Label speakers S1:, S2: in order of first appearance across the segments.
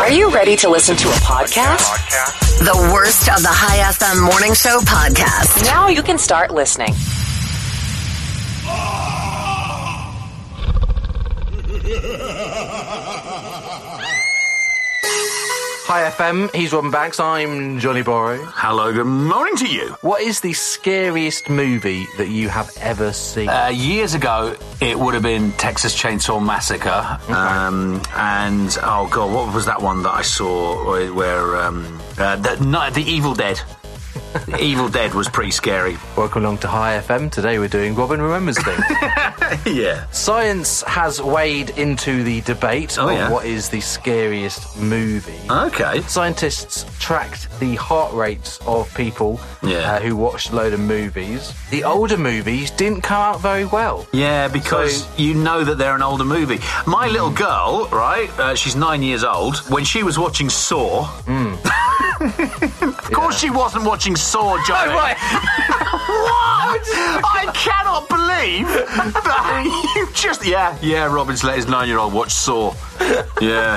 S1: Are you ready to listen to a podcast?
S2: The worst of the High FM Morning Show podcast.
S1: Now you can start listening.
S3: Hi FM, he's Robin Banks, I'm Johnny Borrow.
S4: Hello, good morning to you.
S3: What is the scariest movie that you have ever seen?
S4: Uh, years ago, it would have been Texas Chainsaw Massacre, um, and oh god, what was that one that I saw where- where um, uh, the, no, the Evil Dead? The Evil Dead was pretty scary.
S3: Welcome along to High FM. Today we're doing Robin Remembers Things.
S4: yeah,
S3: Science has weighed into the debate
S4: Oh,
S3: on
S4: yeah.
S3: what is the scariest movie.
S4: okay.
S3: Scientists tracked the heart rates of people
S4: Yeah.
S3: uh, who watched a load of movies. The older movies didn't come out very well.
S4: Yeah, because
S3: So-
S4: you know that they're an older movie. My little girl, right? Uh, she's nine years old. When she was watching Saw, of course she wasn't watching Saw, Johnny. What? I cannot believe that you just. Yeah, yeah, Robin's let his nine year old watch Saw. Yeah,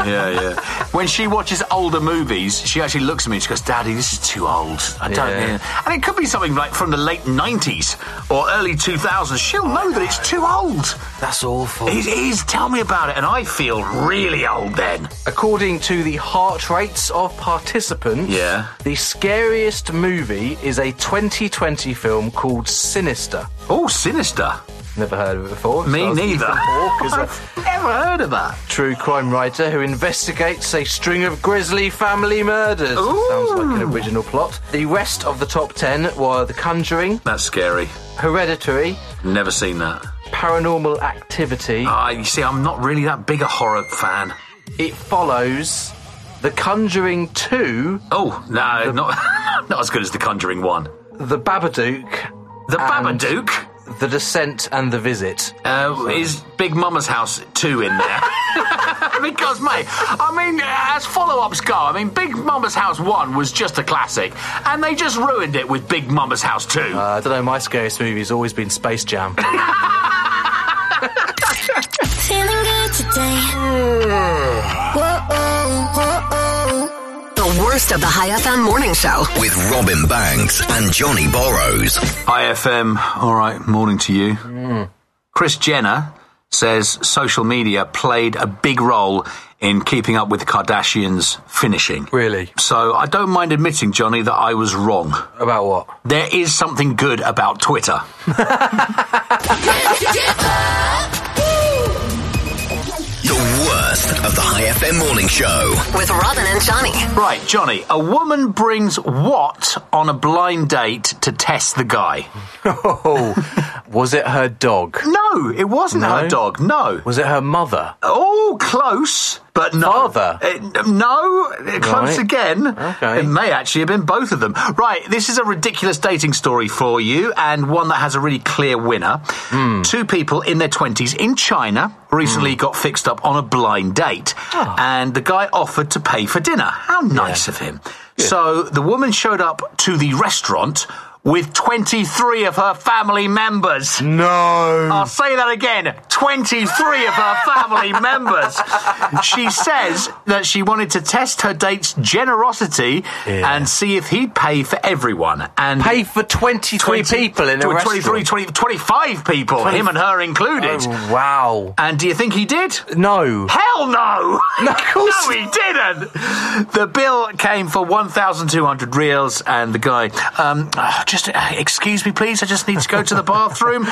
S4: yeah, yeah. When she watches older movies, she actually looks at me and she goes, Daddy, this is too old. I don't
S3: Yeah.
S4: know. And it could be something like from the late 90s or early 2000s. She'll know that it's too old.
S3: That's awful.
S4: It is. Tell me about it. And I feel really old then.
S3: According to the heart rates of participants,
S4: Yeah.
S3: the scariest movie is a 2020 film called Sinister.
S4: Oh, sinister.
S3: Never heard of it before. It
S4: Me
S3: stars
S4: neither.
S3: Ethan Hawke as a
S4: I've never heard of that.
S3: true crime writer who investigates a string of grisly family murders. Sounds like an original plot. The rest of the top 10 were The Conjuring,
S4: That's scary.
S3: Hereditary,
S4: Never seen that.
S3: Paranormal Activity,
S4: Ah, you see, I'm not really that big a horror fan.
S3: It Follows, The Conjuring 2,
S4: Oh no, not not as good as The Conjuring One.
S3: The Babadook,
S4: The
S3: And-
S4: Babadook
S3: The Descent, and The Visit.
S4: uh, is Big Mama's House Two in there. Because, mate, I mean, as follow ups go, I mean, Big Mama's House 1 was just a classic, and they just ruined it with Big Mama's House 2.
S3: Uh, I don't know, my scariest movie has always been Space Jam.
S5: Feeling good today.
S2: The worst of the High FM Morning Show.
S6: with Robin Banks and Johnny Borrows.
S4: IFM, all right, morning to you. Chris Jenner says social media played a big role in keeping up with the Kardashians finishing.
S3: Really?
S4: So I don't mind admitting, Johnny, that I was wrong.
S3: About what?
S4: There is something good about Twitter.
S6: The worst of the High FM morning show.
S2: With Robin and Johnny.
S4: Right, Johnny, a woman brings what on a blind date to test the guy?
S3: Oh, was it her dog?
S4: No, it wasn't
S3: No?
S4: her dog. No.
S3: Was it her mother?
S4: Oh, close, but no.
S3: Father?
S4: Uh, no, close
S3: Right.
S4: again.
S3: Okay.
S4: It may actually have been both of them. Right, this is a ridiculous dating story for you, and one that has a really clear winner.
S3: Hmm.
S4: Two people in their 20s in China recently got fixed up on a blind date,
S3: Ah.
S4: and the guy offered to pay for dinner. How nice of him. So the woman showed up to the restaurant with 23 of her family members.
S3: No.
S4: I'll say that again. 23 of her family members. She says that she wanted to test her date's generosity
S3: Yeah.
S4: and see if he'd pay for everyone. And
S3: Pay for 23 people in a
S4: 23,
S3: restaurant.
S4: 20, 25 people, him and her included.
S3: Oh, wow.
S4: And do you think he did?
S3: No.
S4: Hell no!
S3: No, of course
S4: no, he didn't. The bill came for one thousand two hundred reals, and the guy, um, "Oh, just uh, excuse me, please. I just need to go to the bathroom.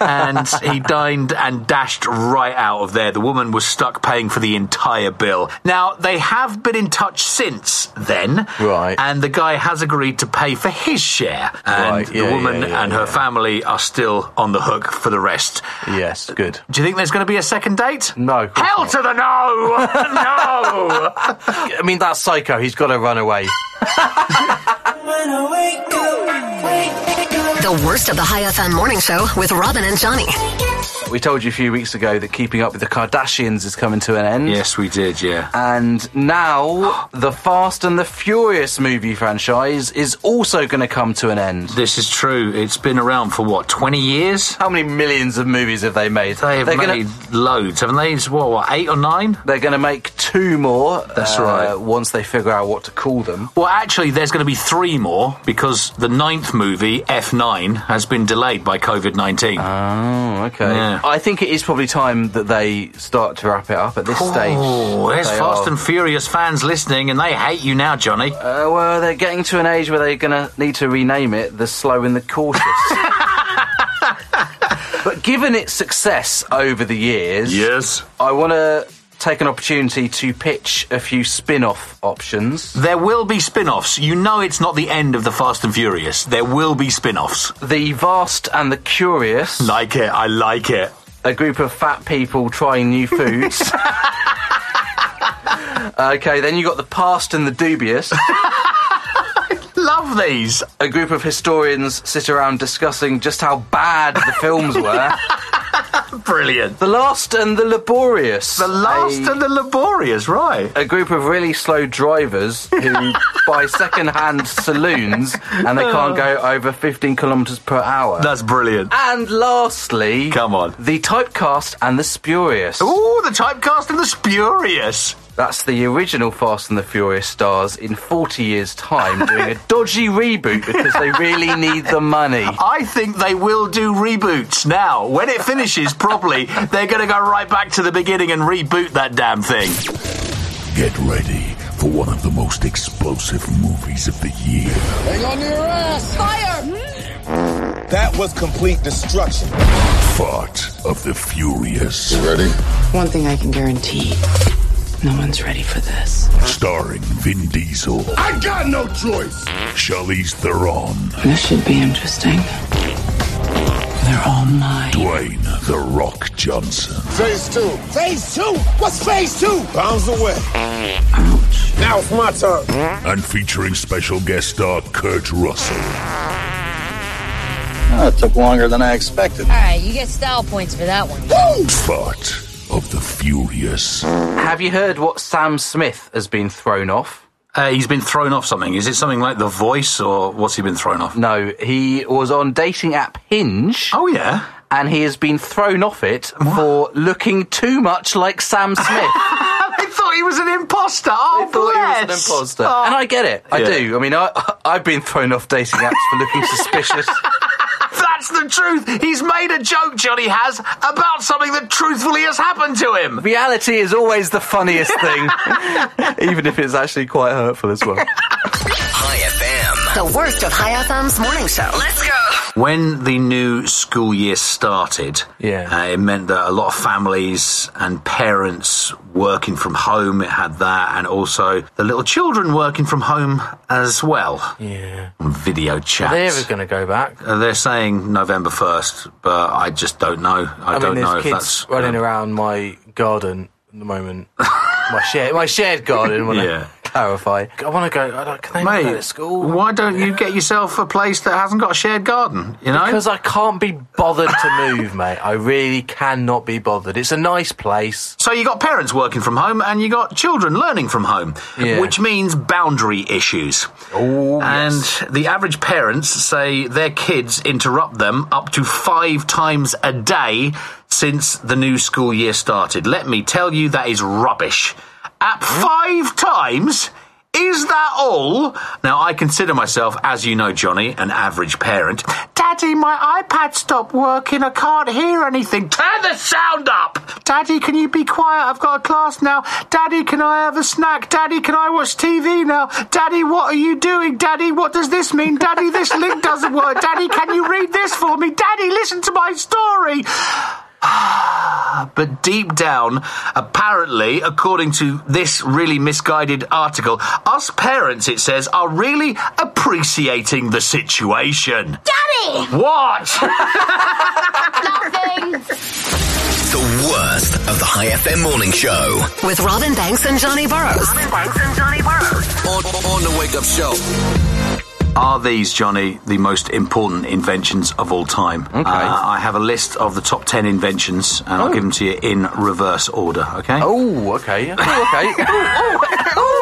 S4: and he dined and dashed right out of there. The woman was stuck paying for the entire bill. Now they have been in touch since then,
S3: Right.
S4: And the guy has agreed to pay for his share, and
S3: Right, yeah,
S4: the woman
S3: yeah, yeah,
S4: and her family are still on the hook for the rest.
S3: Yes, good.
S4: Do you think there's going to be a second date?
S3: No, of course
S4: Hell
S3: not.
S4: to the no! no!
S3: I mean, that's psycho. He's got to run away.
S2: The worst of the High FM Morning Show with Robin and Johnny.
S3: We told you a few weeks ago that Keeping Up with the Kardashians is coming to an end.
S4: Yes, we did, yeah.
S3: And now the Fast and the Furious movie franchise is also going to come to an end.
S4: This is true. It's been around for what, 20 years?
S3: How many millions of movies have they made?
S4: They have
S3: they're
S4: made
S3: Gonna,
S4: loads, haven't they? It's what, what, eight or nine?
S3: they're going to make two more. uh,
S4: That's right.
S3: Once they figure out what to call them.
S4: Well, actually, there's going to be three more because the ninth movie, F9, has been delayed by COVID 19.
S3: Oh, okay.
S4: Yeah.
S3: I think it is probably time that they start to wrap it up at this stage.
S4: Oh, there's
S3: They
S4: Fast
S3: are-
S4: and Furious fans listening, and they hate you now, Johnny.
S3: Uh, well, they're getting to an age where they're going to need to rename it The Slow and the Cautious. but given its success over the years, I want to take an opportunity to pitch a few spin off options.
S4: There will be spin offs. You know it's not the end of the Fast and Furious. There will be spin offs.
S3: The Vast and the Curious,
S4: Like it. I like it.
S3: a group of fat people trying new foods. okay, then you got The Past and the Dubious.
S4: Love these.
S3: a group of historians sit around discussing just how bad the films were.
S4: Brilliant.
S3: The Last and the Laborious.
S4: The last
S3: A,
S4: and the laborious, right?
S3: a group of really slow drivers who buy second-hand saloons and they can't go over 15 kilometres per hour.
S4: That's brilliant.
S3: And lastly,
S4: Come on.
S3: the typecast and the spurious.
S4: Ooh, the typecast and the spurious.
S3: That's the original Fast and the Furious stars in 40 years' time doing a dodgy reboot because they really need the money.
S4: I think they will do reboots now. When it finishes, probably, they're going to go right back to the beginning and reboot that damn thing.
S7: Get ready for one of the most explosive movies of the year.
S8: Hang on to your ass.
S9: That was complete destruction.
S7: Fart of the Furious.
S8: Ready?
S10: One thing I can guarantee no one's ready for this.
S7: Starring Vin Diesel,
S8: I got no choice.
S7: Charlize Theron,
S10: This should be interesting. They're all mine.
S7: Dwayne The Rock Johnson,
S9: Phase two. Phase two? What's phase two? Bounds away.
S10: Ouch.
S9: Now it's my turn.
S7: and featuring special guest star Kurt Russell.
S8: That took longer than I expected.
S5: All right, you get style points for that one.
S7: Fart of the Furious.
S3: Have you heard what Sam Smith has been thrown off?
S4: Uh, he's been thrown off something. Is it something like The Voice, or what's he been thrown off?
S3: No, he was on dating app Hinge.
S4: Oh, yeah.
S3: and he has been thrown off it for looking too much like Sam Smith. I
S4: I thought he was an imposter. Oh,
S3: thought he
S4: bless.
S3: was an imposter.
S4: Oh.
S3: And I get it. I
S4: Yeah.
S3: do. I mean, I, I've been thrown off dating apps for looking suspicious.
S4: That's the truth. He's made a joke, Johnny has, about something that truthfully has happened to him.
S3: Reality is always the funniest thing, even if it's actually quite hurtful as well.
S6: High FM.
S2: The worst of High FM's morning show. Let's go.
S4: When the new school year started,
S3: Yeah.
S4: uh, it meant that a lot of families and parents working from home it had that, and also the little children working from home as well.
S3: Yeah.
S4: On video chat.
S3: They're going to go back.
S4: Uh, They're saying November 1st, but I just don't know. I,
S10: I
S4: don't
S10: mean,
S4: know
S10: there's
S4: if
S10: kids
S4: that's.
S10: running
S4: gonna-
S10: around my garden at the moment. my shared, my shared garden. When
S4: Yeah.
S10: I clarify, I want to go. I don't, can they not go to
S4: Mate,
S10: school?
S4: why don't you get yourself a place that hasn't got a shared garden? You know?
S10: Because I can't be bothered to move, mate. I really cannot be bothered. It's a nice place.
S4: So you got parents working from home and you got children learning from home,
S10: Yeah.
S4: which means boundary issues.
S3: Oh,
S4: and the average parents say their kids interrupt them up to five times a day since the new school year started. Let me tell you, that is rubbish. At five times? Is that all? Now, I consider myself, as you know, Johnny, an average parent. Daddy, my iPad stopped working. I can't hear anything. Turn the sound up! Daddy, can you be quiet? I've got a class now. Daddy, can I have a snack? Daddy, can I watch TV now? Daddy, what are you doing? Daddy, what does this mean? Daddy, this link doesn't work. Daddy, can you read this for me? Daddy, listen to my story but deep down, apparently, according to this really misguided article, us parents, it says, are really appreciating the situation.
S5: Daddy!
S4: What?
S5: Nothing!
S6: The worst of the High FM morning show.
S2: With Robin Banks and Johnny Burrows. Robin Banks and Johnny Burrows.
S6: On, on the wake up show.
S4: Are these, Johnny, the most important inventions of all time? Okay. I have a list of the top 10 inventions, and I'll give them to you in reverse order, okay?
S3: Oh, okay. Oh, okay.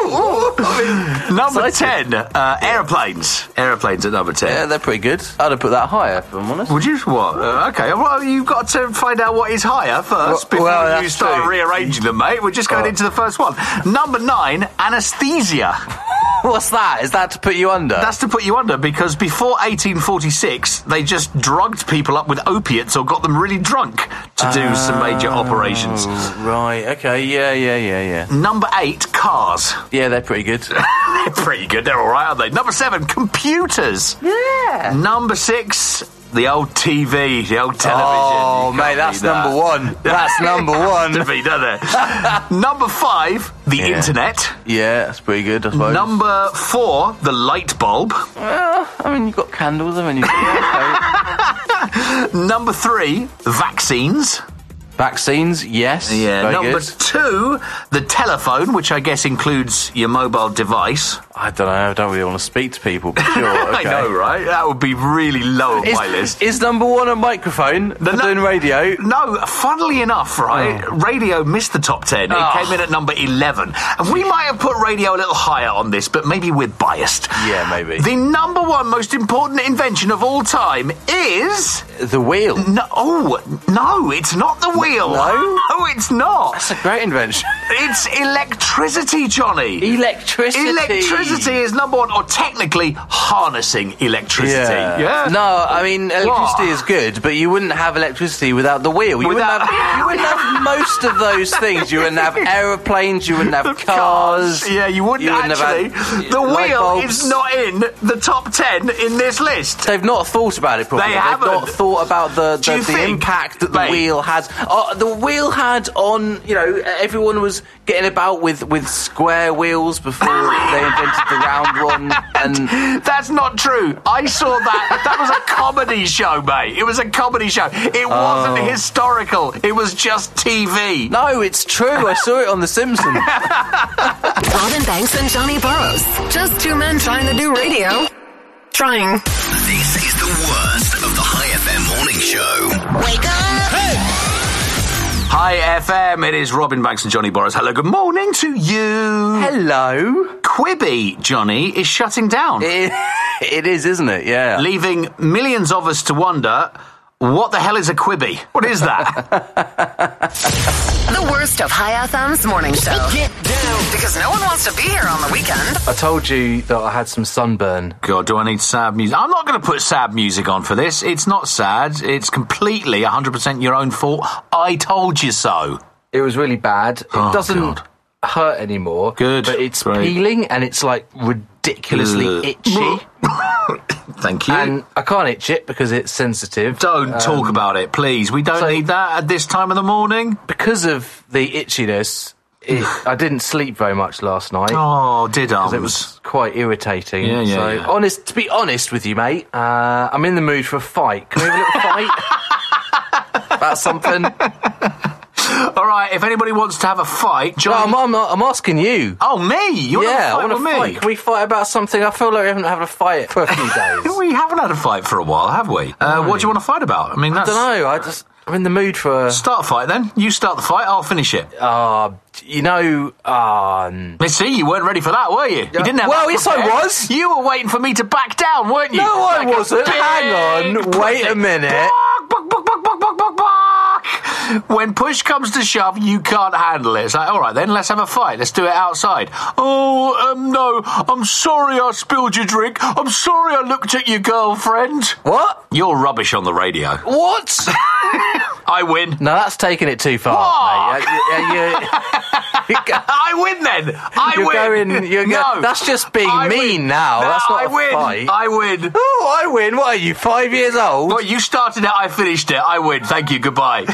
S4: Number 10, uh, aeroplanes. Aeroplanes at number 10.
S3: yeah, they're pretty good. I'd have put that higher, if I'm honest.
S4: Would you? What? Uh, okay, well, you've got to find out what is higher first
S3: Well-
S4: before
S3: well,
S4: you
S3: that's
S4: start
S3: true. Oh.
S4: rearranging them, mate. We're just going into the first one. Number nine, anesthesia.
S3: What's that? Is that to put you under?
S4: That's to put you under because before 1846, they just drugged people up with opiates or got them really drunk to do some major operations.
S3: Oh. right. Okay. Yeah. Yeah. Yeah. Yeah.
S4: Number eight, cars.
S3: Yeah, they're pretty good.
S4: They're pretty good. They're all right, aren't they? Number seven, computers. Yeah. Number six, the old TV, the old television.
S3: Oh,
S4: You
S3: mate,
S4: can't
S3: that's
S4: beat that.
S3: number one. That's number
S4: Has to
S3: one.
S4: be, doesn't it? number five, the
S3: Yeah.
S4: internet.
S3: Yeah, that's pretty good. I suppose.
S4: Number four, the light bulb.
S3: I mean, you've got candles. I mean, you've got
S4: Number three, vaccines.
S3: vaccines. Yes. Very
S4: Number
S3: good.
S4: two, the telephone, which I guess includes your mobile device.
S3: I don't know. I don't really want to speak to people. But sure. Oh, Okay.
S4: I know, right? That would be really low on my
S3: Is,
S4: list.
S3: is number one a microphone for
S4: no-
S3: doing radio?
S4: No, funnily enough, right? Radio missed the top 10. It
S3: Oh.
S4: came in at number 11. And we might have put radio a little higher on this, but maybe we're biased.
S3: Yeah, maybe.
S4: The number one most important invention of all time is.
S3: The wheel.
S4: No, oh, no, it's not the wheel.
S3: No?
S4: No, it's not.
S3: That's a great invention.
S4: It's electricity, Johnny.
S3: Electricity.
S4: Electricity is number one, or technically harnessing electricity. Yeah.
S3: No, I mean electricity
S4: What?
S3: is good, but you wouldn't have electricity without the wheel. You,
S4: Without-
S3: wouldn't, have, you wouldn't have most of those things. You wouldn't have aeroplanes. You wouldn't have cars.
S4: Yeah, you wouldn't, actually.
S3: had
S4: the
S3: light
S4: wheel
S3: bulbs.
S4: is not in the top ten in this list.
S3: They've not thought about it properly.
S4: They
S3: have not
S4: haven't.
S3: thought about the,
S4: Do
S3: the,
S4: you
S3: the
S4: think,
S3: impact that the
S4: mate?
S3: wheel had. Uh, the wheel had on you know everyone was getting about with, with square wheels before they invented the round one. And
S4: That's not true. I saw that. that was a comedy show, mate. It was a comedy show. It wasn't historical. It was just TV.
S3: Oh. no, it's true. I saw it on The Simpsons.
S2: Robin Banks and Johnny Burrows. Just two men trying to do radio. Trying.
S6: This is the worst of the High FM morning show.
S2: Wake up!
S4: Hi FM. It is Robin Banks and Johnny Boris. Hello. Good morning to you.
S3: Hello.
S4: Quibi, Johnny, is shutting down,
S3: It, it is, isn't it? Yeah.
S4: leaving millions of us to wonder. What the hell is a Quibi? What is that?
S2: The worst of High FM's morning show. Get down. Because no one wants to be here on the weekend.
S3: I told you that I had some sunburn.
S4: God, do I need sad music? I'm not going to put sad music on for this. It's not sad. It's completely 100% your own fault. I told you so.
S3: It was really bad. It
S4: Oh,
S3: doesn't
S4: God.
S3: hurt anymore.
S4: Good.
S3: But it's
S4: Great.
S3: peeling and it's like ridiculously
S4: Ugh.
S3: itchy.
S4: Thank you.
S3: and I can't itch it because it's sensitive.
S4: don't talk about it, please. We don't
S3: Um, so-
S4: need that at this time of the morning.
S3: Because of the itchiness, it, I didn't sleep very much last night.
S4: Oh, did I?
S3: It was quite irritating.
S4: Yeah, yeah,
S3: so,
S4: yeah.
S3: honest, to be honest with you, mate, uh, I'm in the mood for a fight. Can we have a little fight about something?
S4: All right, if anybody wants to have a fight,
S3: No,
S4: John.
S3: I'm, I'm, I'm asking you.
S4: oh, me? You
S3: yeah, I
S4: want
S3: want to
S4: to fight with
S3: fight.
S4: me?
S3: Can we fight about something? I feel like we haven't had a fight for a few days.
S4: We haven't had a fight for a while, have we? Uh, what do you want to fight about? I mean,
S3: I
S4: that's.
S3: don't know. I just I'm in the mood for. a-
S4: Start a fight then. You start the fight, I'll finish it.
S3: Uh, you know, um,
S4: Let's see, you weren't ready for that, were you? You didn't have
S3: Well,
S4: that
S3: yes, I
S4: prepared.
S3: was.
S4: You were waiting for me to back down, weren't you?
S3: No, I
S4: a
S3: wasn't.
S4: big
S3: Hang on. Wait a minute.
S4: Bark, bark, bark, bark, bark, bark, bark. When push comes to shove, you can't handle it. It's like, all right, then let's have a fight. Let's do it outside. Oh, um, no, I'm sorry I spilled your drink. I'm sorry I looked at your girlfriend.
S3: what?
S4: You're rubbish on the radio.
S3: What?
S4: I win.
S3: no, that's taking it too far, mate. Yeah, yeah, yeah. You go-
S4: I win then. I
S3: You're
S4: win.
S3: going- you're go-
S4: no,
S3: that's just being
S4: I
S3: mean
S4: win.
S3: now.
S4: No,
S3: That's not
S4: I
S3: a
S4: win.
S3: fight.
S4: I win.
S3: oh, I win. What are you? Five years old?
S4: Well, you started it. I finished it. I win. Thank you. Goodbye.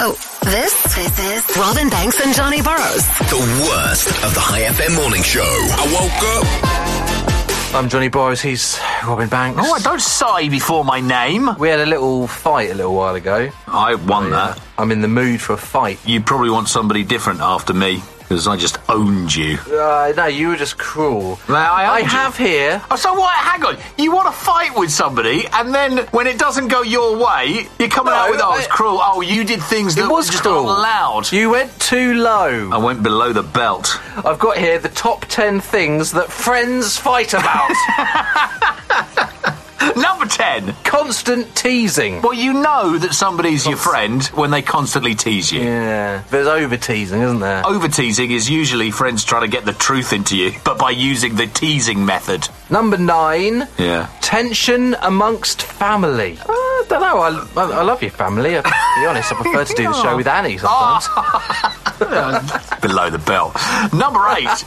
S2: Oh, this, this is Robin Banks and Johnny Burrows.
S6: The worst of the High FM morning show. I woke up.
S3: I'm Johnny Boris. He's Robin Banks.
S4: oh, I don't sigh before my name.
S3: we had a little fight a little while ago.
S4: I won
S3: I'm in the mood for a fight.
S4: You probably want somebody different after me. because I just owned you.
S3: Uh, no, you were just cruel.
S4: No, I
S3: I
S4: owned you.
S3: have here.
S4: Oh, so what? Hang on. You want to fight with somebody, and then when it doesn't go your way, you're coming
S3: No,
S4: out with, "Oh, it's
S3: I-
S4: cruel. Oh, you did things
S3: It
S4: that
S3: was
S4: were just
S3: cruel.
S4: not allowed."
S3: You went too low.
S4: I went below the belt.
S3: I've got here the top 10 things that friends fight about.
S4: Number ten.
S3: Constant teasing.
S4: Well, you know that somebody's your friend when they constantly tease you.
S3: Yeah, there's over teasing, isn't there?
S4: Over teasing is usually friends trying to get the truth into you, but by using the teasing method.
S3: Number nine.
S4: Yeah.
S3: Tension amongst family. Uh, I don't know. I, I, I love your family. I, to be honest, I prefer to do the show with Annie sometimes.
S4: below the belt. Number eight.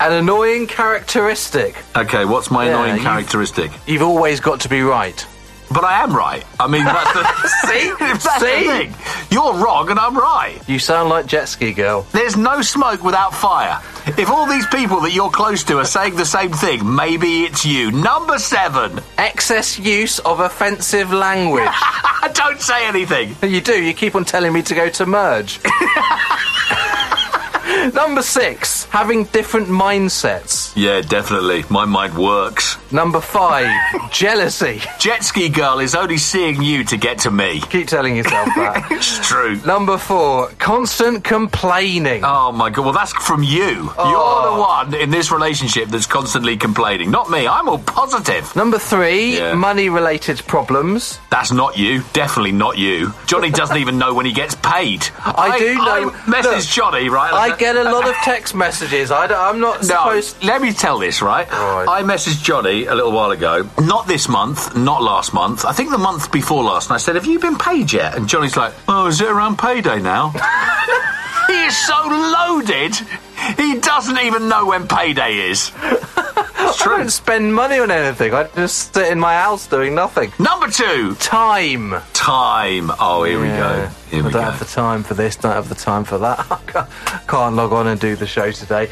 S3: An annoying characteristic.
S4: okay, what's my
S3: Yeah,
S4: annoying
S3: you've-
S4: characteristic?
S3: You've always got to be right.
S4: But I am right. I mean, that's the see.
S3: See?
S4: That's the thing. You're wrong, and I'm right.
S3: You sound like Jet Ski Girl.
S4: There's no smoke without fire. If all these people that you're close to are saying the same thing, maybe it's you. Number seven.
S3: Excess use of offensive language.
S4: Don't say anything.
S3: you do. You keep on telling me to go to merge. Number six, having different mindsets.
S4: Yeah, definitely. My mind works.
S3: Number five, jealousy.
S4: Jet ski girl is only seeing you to get to me.
S3: Keep telling yourself that.
S4: It's true.
S3: Number four, constant complaining.
S4: Oh my god, well that's from you.
S3: Oh.
S4: You're the one in this relationship that's constantly complaining. Not me, I'm all positive.
S3: Number three,
S4: Yeah.
S3: money related problems.
S4: That's not you, definitely not you. Johnny doesn't even know when he gets paid.
S3: I do know-
S4: I message
S3: look,
S4: Johnny, right?
S3: I get a lot of text messages. I am not
S4: No,
S3: supposed.
S4: let me tell this, right?
S3: Right.
S4: I messaged Johnny a little while ago, not this month, not last month, I think the month before last, and I said, Have you been paid yet? And Johnny's like, Oh, is it around payday now? he is so loaded, he doesn't even know when payday is. It's
S3: I
S4: true.
S3: don't spend money on anything. I just sit in my house doing nothing.
S4: Number two,
S3: Time.
S4: time. Oh, here
S3: Yeah.
S4: we go. Here
S3: I don't
S4: we go.
S3: have the time for this, don't have the time for that. I can't- can't log on and do the show today.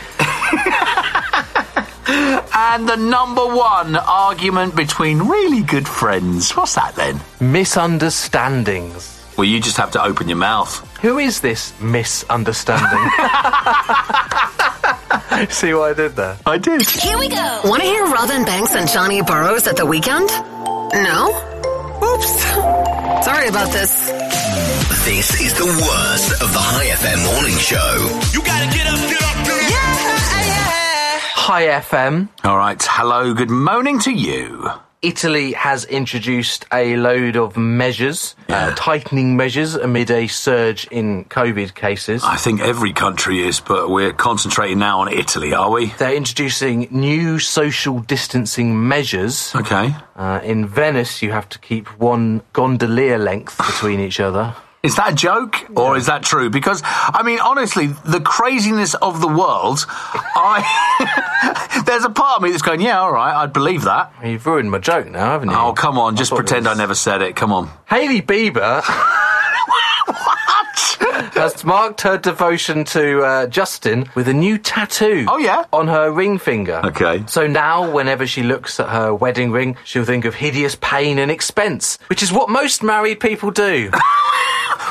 S4: and the number one argument between really good friends. What's that then?
S3: Misunderstandings.
S4: Well, you just have to open your mouth.
S3: Who is this misunderstanding? See what I did there?
S4: I did.
S5: Here we go.
S2: Want to hear Robin Banks and Johnny Burrows at the weekend? No? Oops. Sorry about this.
S6: This is the worst of the High FM morning show. You gotta get up, get up, get up.
S3: Hi FM.
S4: All right. Hello. Good morning to you.
S3: Italy has introduced a load of measures, uh, tightening measures amid a surge in COVID cases.
S4: I think every country is, but we're concentrating now on Italy, are we?
S3: They're introducing new social distancing measures.
S4: Okay.
S3: Uh, in Venice, you have to keep one gondolier length between each other.
S4: Is that a joke or is that true? Because, I mean, honestly, the craziness of the world, I. There's a part of me that's going, yeah, all right, I'd believe that.
S3: You've ruined my joke now, haven't you?
S4: Oh, come on, just
S3: thought it
S4: pretend I
S3: was-
S4: never said it. Come on.
S3: Hailey Bieber has marked her devotion to uh, Justin with a new tattoo.
S4: Oh, yeah?
S3: On her ring finger.
S4: Okay.
S3: So now, whenever she looks at her wedding ring, she'll think of hideous pain and expense, which is what most married people do.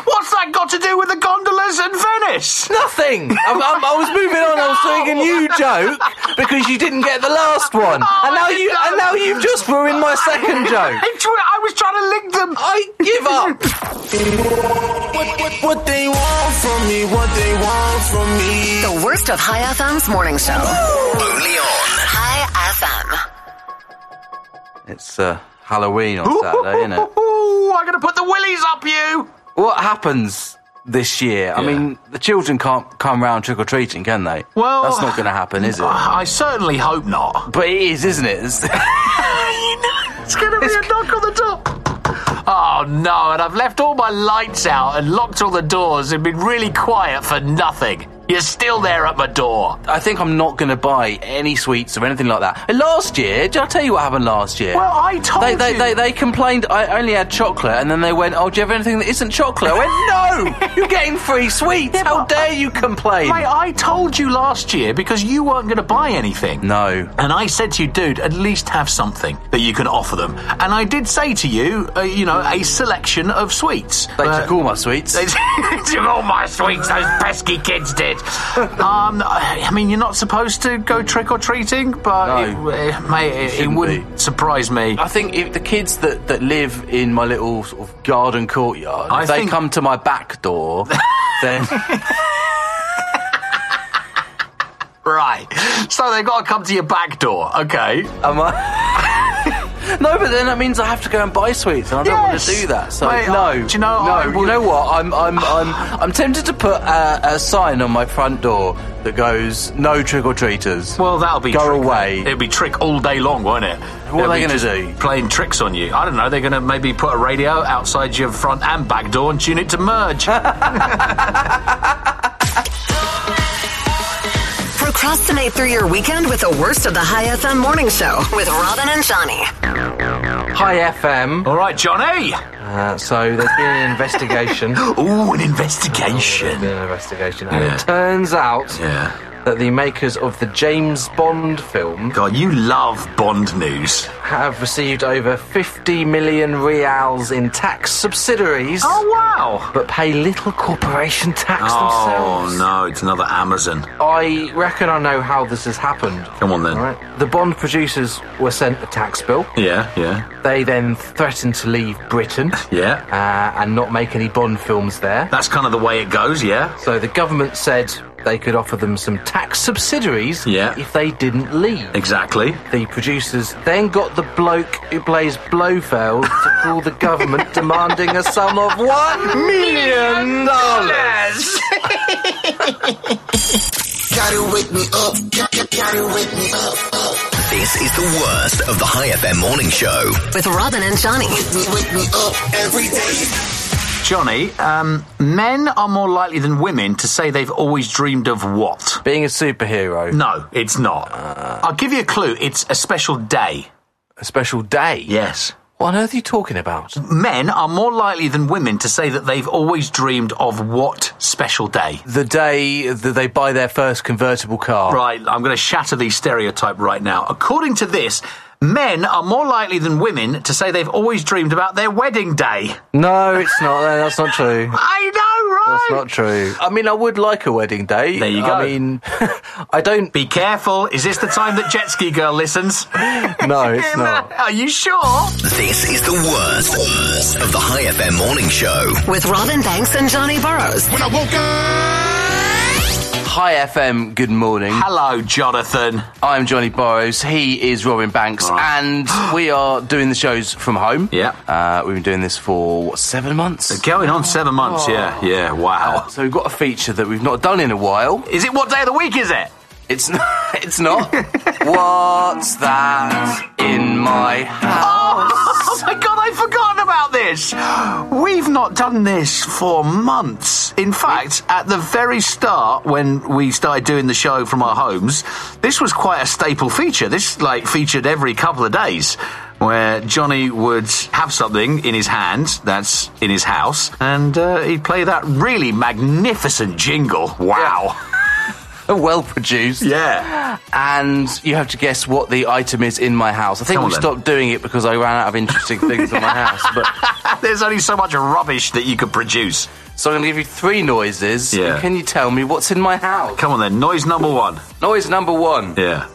S4: What's that got to do with the gondolas in Venice?
S3: Nothing! I'm, I'm, I was moving on, I was doing a new joke because you didn't get the last one.
S4: Oh,
S3: and now
S4: I
S3: you
S4: didn't
S3: and
S4: know.
S3: now you've just ruined my second joke.
S4: I tr- I was trying to link them.
S3: I give up.
S10: What they want from me, what they want from me.
S2: The worst of High FM's morning show.
S6: Only on
S2: High FM.
S10: It's uh, Halloween on Saturday, isn't it?
S4: Ooh, I'm going to put the willies up you.
S10: What happens this year? I
S4: Yeah.
S10: mean, the children can't come round trick or treating, can they?
S4: Well-
S10: that's not going to happen, is it?
S4: I certainly hope not.
S10: But it is, isn't it? It's-
S4: It's gonna be a knock on the door. Oh no, and I've left all my lights out and locked all the doors and been really quiet for nothing. You're still there at my door.
S10: I think I'm not going to buy any sweets or anything like that. And last year, did I tell you what happened last year?
S4: Well, I told
S10: they, they,
S4: you.
S10: They, they complained I only had chocolate, and then they went, "Oh, do you have anything that isn't chocolate?" I went, "No, you're getting free sweets. How dare you complain?"
S4: Mate, I told you last year because you weren't gonna buy anything.
S10: no,
S4: And I said to you, dude, at least have something that you can offer them. And I did say to you, uh, you know, a selection of sweets. Uh,
S10: they
S4: But-
S10: took all my sweets.
S4: They took all my sweets, those pesky kids did. Um, I mean, you're not supposed to go trick or treating, but
S10: No.
S4: it, eh, mate, it, it
S10: shouldn't
S4: wouldn't surprise me.
S10: I think if the kids that, that live in my little sort of garden courtyard,
S4: I
S10: if they
S4: think-
S10: come to my back door, then
S4: Right. So they've got to come to your back door. Okay.
S10: am I? no, but then that means I have to go and buy sweets, and I don't
S4: Yes.
S10: want to do that. So
S4: Mate,
S10: no,
S4: I- do you know,
S10: no,
S4: I
S10: you
S4: would-
S10: know what? I'm I'm I'm I'm tempted to put a, a sign on my front door that goes "No trick or treaters."
S4: Well, that'll be
S10: Go
S4: trick.
S10: away.
S4: It'd be trick all day long, won't it?
S10: What are
S4: They'll
S10: they
S4: be
S10: gonna
S4: just
S10: do?
S4: Playing tricks on you. I don't know. They're going to maybe put a radio outside your front and back door and tune it to merge.
S2: Procrastinate through your weekend with the worst of the High FM morning show with Robin and Johnny.
S3: Hi FM.
S4: all right, Johnny.
S3: Uh, so there's been an investigation.
S4: Ooh, an
S3: There's
S4: investigation.
S3: been an investigation, and
S4: Yeah.
S3: it turns out
S4: Yeah.
S3: that the makers of the James Bond film
S4: God, you love Bond news.
S3: have received over 50 million reals in tax subsidiaries,
S4: Oh, wow.
S3: but pay little corporation tax
S4: Oh,
S3: themselves.
S4: no, it's another Amazon.
S3: I reckon I know how this has happened.
S4: Come on then.
S3: All right. The Bond producers were sent a tax bill.
S4: Yeah, yeah,
S3: They then threatened to leave Britain
S4: yeah.
S3: uh, and not make any Bond films there.
S4: That's kind of the way it goes, yeah?
S3: So the government said they could offer them some tax subsidiaries
S4: Yeah.
S3: if they didn't leave.
S4: Exactly.
S3: The producers then got the bloke who plays Blofeld to call the government demanding a sum of one million dollars.
S6: Gotta wake me up. Gotta wake me up. This is the worst of the High FM morning show.
S2: With Robin and Johnny.
S6: Wake me up every day.
S4: Johnny, um, men are more likely than women to say they've always dreamed of what?
S10: Being a superhero,
S4: No, it's not.
S3: Uh.
S4: I'll give you a clue. It's a special day.
S10: a special day.
S4: Yes.
S10: What on earth are you talking about?
S4: Men are more likely than women to say that they've always dreamed of what special day?
S10: The day that they buy their first convertible car.
S4: Right, I'm going to shatter the stereotype right now. According to this, men are more likely than women to say they've always dreamed about their wedding day.
S10: No, it's not. No, that's not true.
S4: I know, right?
S10: That's not true. I mean, I would like a wedding day.
S4: There you
S10: I
S4: go.
S10: mean, I don't.
S4: Be careful. Is this the time that Jet Ski Girl listens?
S10: No, it's not.
S4: Are you sure?
S6: This is the worst of the High FM morning show.
S2: With Robin Banks and Johnny Burrows.
S8: When I woke up,
S10: Hi, FM. Good morning.
S4: Hello, Jonathan.
S10: I'm Johnny Borrows. He is Robin Banks,
S4: All right.
S10: and we are doing the shows from home.
S4: Yeah.
S10: uh, we've been doing this for what seven months.
S4: Going on seven months, yeah, yeah, wow.
S10: So we've got a feature that we've not done in a while.
S4: Is it what day of the week is it?
S10: It's not. It's not. What's that in my house?
S4: Oh my god, I've forgotten about this! We've not done this for months. In fact, at the very start, when we started doing the show from our homes, this was quite a staple feature. This, like, featured every couple of days. Where Johnny would have something in his hand that's in his house, and uh, he'd play that really magnificent jingle. Wow.
S10: well produced.
S4: Yeah.
S10: And you have to guess what the item is in my house. I think
S4: Come on
S10: we
S4: then.
S10: stopped doing it because I ran out of interesting things in my house. But
S4: There's only so much rubbish that you could produce.
S10: so I'm going to give you three noises.
S4: Yeah.
S10: And can you tell me what's in my house?
S4: Come on then, noise number one.
S10: Noise number one.
S4: Yeah.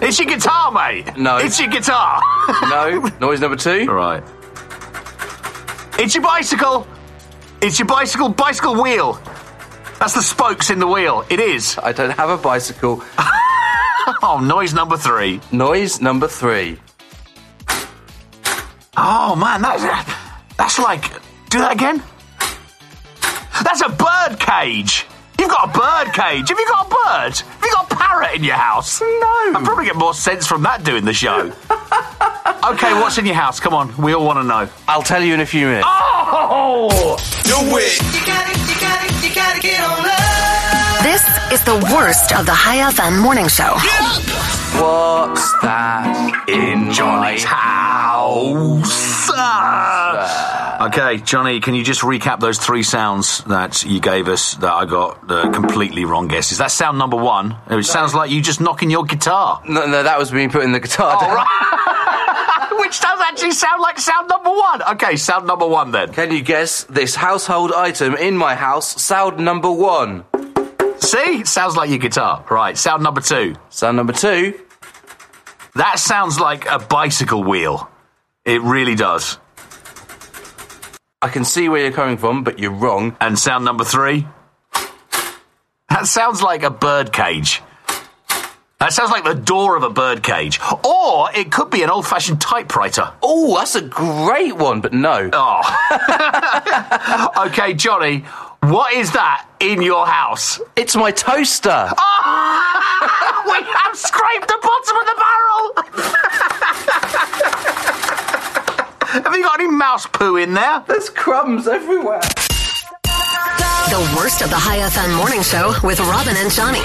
S4: It's your guitar, mate.
S10: No.
S4: It's your guitar.
S10: No. Noise number two.
S4: right. It's your bicycle. It's your bicycle bicycle wheel. That's the spokes in the wheel. It is.
S10: I don't have a bicycle.
S4: Oh, noise number three.
S10: Noise number three.
S4: Oh man, that, that's like. Do that again. That's a bird cage. You've got a bird cage. Have you got a bird? Have you got a parrot in your house? No. I probably get more sense from that doing the show. okay, what's in your house? Come on, we all want to know.
S10: I'll tell you in a few minutes.
S4: Oh!
S2: This is the worst of the High FM morning show.
S10: What's that in
S4: Johnny's
S10: my
S4: house. Ah. Okay, Johnny, can you just recap those three sounds that you gave us that I got uh, completely wrong guesses? That's sound number one. It sounds like you just knocking your guitar.
S10: No, no, that was me putting the guitar down.
S4: Which does actually sound like sound number one. Okay, sound number one then.
S10: Can you guess this household item in my house? Sound number one.
S4: See? Sounds like your guitar. Right, sound number two.
S10: Sound number two.
S4: That sounds like a bicycle wheel. It really does.
S10: I can see where you're coming from, but you're wrong.
S4: And sound number three. That sounds like a bird cage. That sounds like the door of a bird cage. Or it could be an old fashioned typewriter.
S10: Oh, that's a great one, but no.
S4: Oh. okay, Johnny, what is that in your house?
S10: It's my toaster.
S4: Ah. Oh! we have scraped the bottom of the barrel! have you got any mouse poo in there?
S10: There's crumbs everywhere.
S2: The worst of the High FM morning show with Robin and Johnny.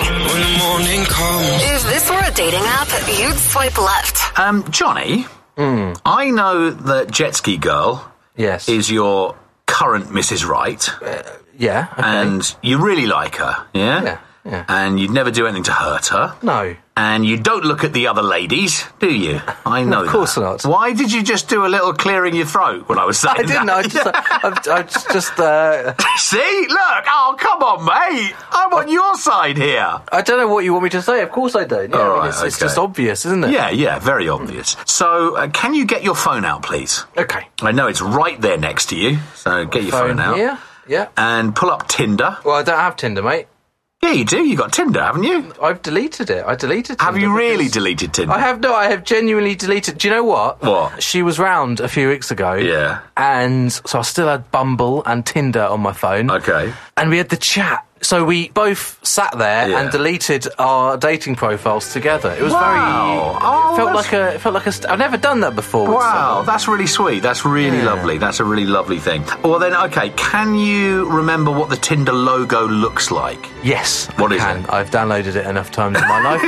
S2: If this were a dating app, you'd swipe left.
S4: Um, Johnny, I know that Jet Ski Girl
S3: Yes.
S4: is your current Mrs. Wright,
S3: yeah.
S4: Uh,
S3: Okay.
S4: and you really like her, yeah?
S3: Yeah, yeah.
S4: And you'd never do anything to hurt her.
S3: no.
S4: And you don't look at the other ladies, do you? I know.
S3: Of course
S4: that.
S3: not.
S4: Why did you just do a little clearing your throat when I was saying
S3: I didn't. I
S4: that?
S3: just, I, I just, just uh,
S4: See, look. Oh, come on, mate. I'm on your side here.
S3: I don't know what you want me to say. Of course I don't. Yeah, I mean,
S4: Alright,
S3: it's, it's
S4: okay.
S3: just obvious, isn't it?
S4: Yeah, yeah. Very obvious. So, uh, can you get your phone out, please?
S3: Okay.
S4: I know it's right there next to you. So get your phone, out
S3: Yeah. Yeah.
S4: and pull up Tinder.
S3: Well, I don't have Tinder, mate.
S4: Yeah, you do. You got Tinder, haven't you?
S3: I've deleted it. I deleted.
S4: Have
S3: Tinder
S4: you really
S3: because-
S4: deleted Tinder?
S3: I have no. I have genuinely deleted. Do you know what?
S4: What?
S3: She was round a few weeks ago.
S4: Yeah.
S3: And so I still had Bumble and Tinder on my phone.
S4: Okay.
S3: And we had the chat. So we both sat there
S4: Yeah.
S3: and deleted our dating profiles together. It was
S4: Wow.
S3: very.
S4: Oh,
S3: it felt
S4: that's-
S3: like a. It felt like a. St- I've never done that before. with
S4: Wow,
S3: someone.
S4: that's really sweet. That's really lovely. That's a really lovely thing. Well, then, okay, can you remember what the Tinder logo looks like?
S3: Yes.
S4: What
S3: I
S4: is
S3: can.
S4: it?
S3: I've downloaded it enough times in my life.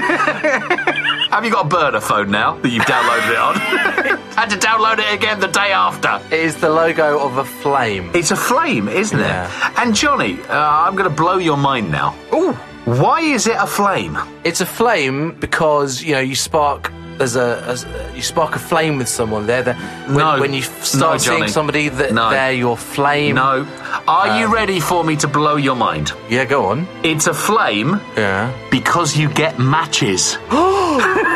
S4: Have you got a burner phone now that you've downloaded it on? Had to download it again the day after.
S3: It is the logo of a flame.
S4: It's a flame, isn't
S3: Yeah.
S4: it? And Johnny, uh, I'm going to blow your mind now.
S3: Ooh.
S4: Why is it a flame?
S3: It's a flame because you know you spark as a as a- you spark a flame with someone. They're the when,
S4: No.
S3: when you
S4: No,
S3: f- start seeing
S4: Johnny.
S3: somebody that
S4: No.
S3: they're your flame.
S4: No. Are
S3: Um.
S4: you ready for me to blow your mind?
S3: Yeah, go on.
S4: It's a flame
S3: Yeah.
S4: because you get matches.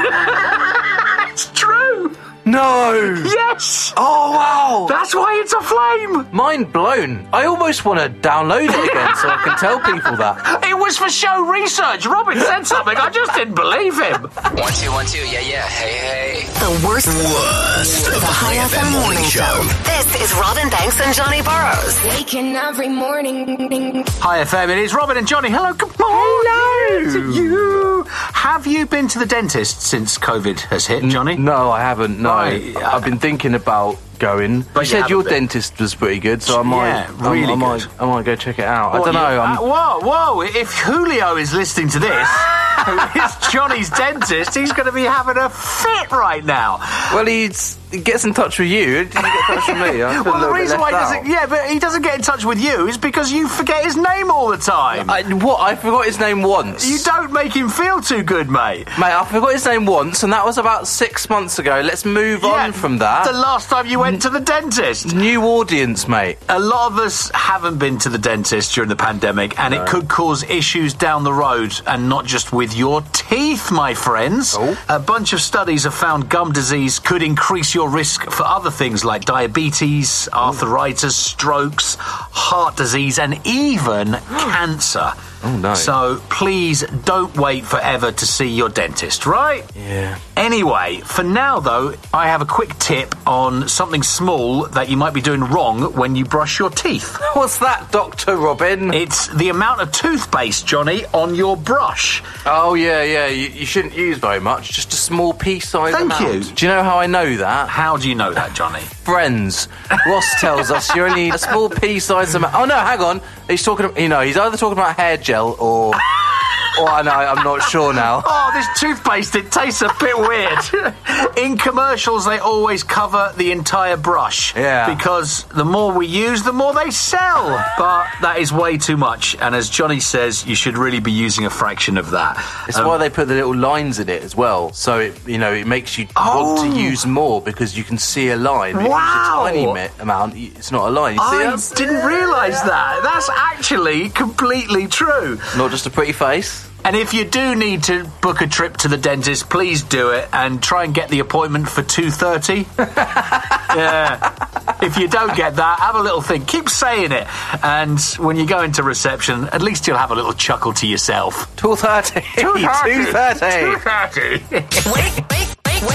S4: it's true.
S3: No.
S4: Yes.
S3: Oh wow.
S4: That's why it's a flame.
S3: Mind blown. I almost want to download it again so I can tell people that.
S4: It was for show research. Robin said something. I just didn't believe him.
S11: One, two, one, two. Yeah, yeah. Hey, hey.
S2: The worst, worst of the High FM morning show. This is Robin Banks and Johnny Burrows.
S8: Waking every morning.
S4: Hi, FM. It is Robin and Johnny. Hello, good morning to you. Have you been to the dentist since COVID has hit, Johnny?
S3: No, I haven't. No,
S4: Right, yeah.
S3: I've been thinking about going.
S4: But
S3: you
S4: you
S3: said
S4: haven't
S3: your
S4: been.
S3: dentist was pretty good, so I might.
S4: Yeah,
S3: I-
S4: really
S3: I, might.
S4: good.
S3: I might go check it out. I
S4: What,
S3: don't know.
S4: you-
S3: I'm,
S4: uh, whoa, whoa! If Julio is listening to this, who is Johnny's dentist, he's going to be having a fit right now.
S3: well, he's, he gets in touch with you. He didn't get in touch with me. I feel a
S4: Well, the
S3: little bit
S4: reason why
S3: left
S4: he
S3: out.
S4: doesn't, yeah, but he doesn't get in touch with you is because you forget his name all the time.
S3: I, what? I forgot his name once.
S4: you don't make him feel too good, mate.
S3: Mate, I forgot his name once, and that was about six months ago. Let's move
S4: Yeah,
S3: on from that.
S4: The last time you went to the dentist.
S3: New audience, mate.
S4: A lot of us haven't been to the dentist during the pandemic, and it could cause issues down the road, and not just with your teeth, my friends.
S3: Oh.
S4: A bunch of studies have found gum disease could increase your risk for other things like diabetes, arthritis, strokes, heart disease, and even cancer.
S3: Oh, no.
S4: So please don't wait forever to see your dentist, right?
S3: Yeah.
S4: Anyway, for now though, I have a quick tip on something small that you might be doing wrong when you brush your teeth.
S3: What's that, Doctor Robin?
S4: It's the amount of toothpaste, Johnny, on your brush.
S3: oh yeah, yeah. You, you shouldn't use very much. Just a small pea-sized
S4: Thank
S3: amount.
S4: you.
S3: Do you know how I know that?
S4: How do you know that, Johnny?
S3: Friends. Ross tells us you only need a small pea-sized amount. Oh no, hang on. He's talking. You know, he's either talking about hair gel or.
S12: Well, no, I'm not sure now.
S4: Oh, this toothpaste, it tastes a bit weird. In commercials, they always cover the entire brush.
S12: Yeah.
S4: Because the more we use, the more they sell. But that is way too much. And as Johnny says, you should really be using a fraction of that.
S3: It's
S4: Um,
S3: why they put the little lines in it as well, so it you know it makes you want to use more because you can see a line. If you use
S4: Oh. Wow.
S3: a tiny mi- amount, y- it's not a line. You see
S4: I
S3: it?
S4: didn't realise that. That's actually completely true.
S3: Not just a pretty face.
S4: And if you do need to book a trip to the dentist, please do it and try and get the appointment for 2:30. yeah. If you don't get that, have a little think. Keep saying it. And when you go into reception, at least you'll have a little chuckle to yourself.
S3: Two thirty. Two thirty.
S4: 2:30.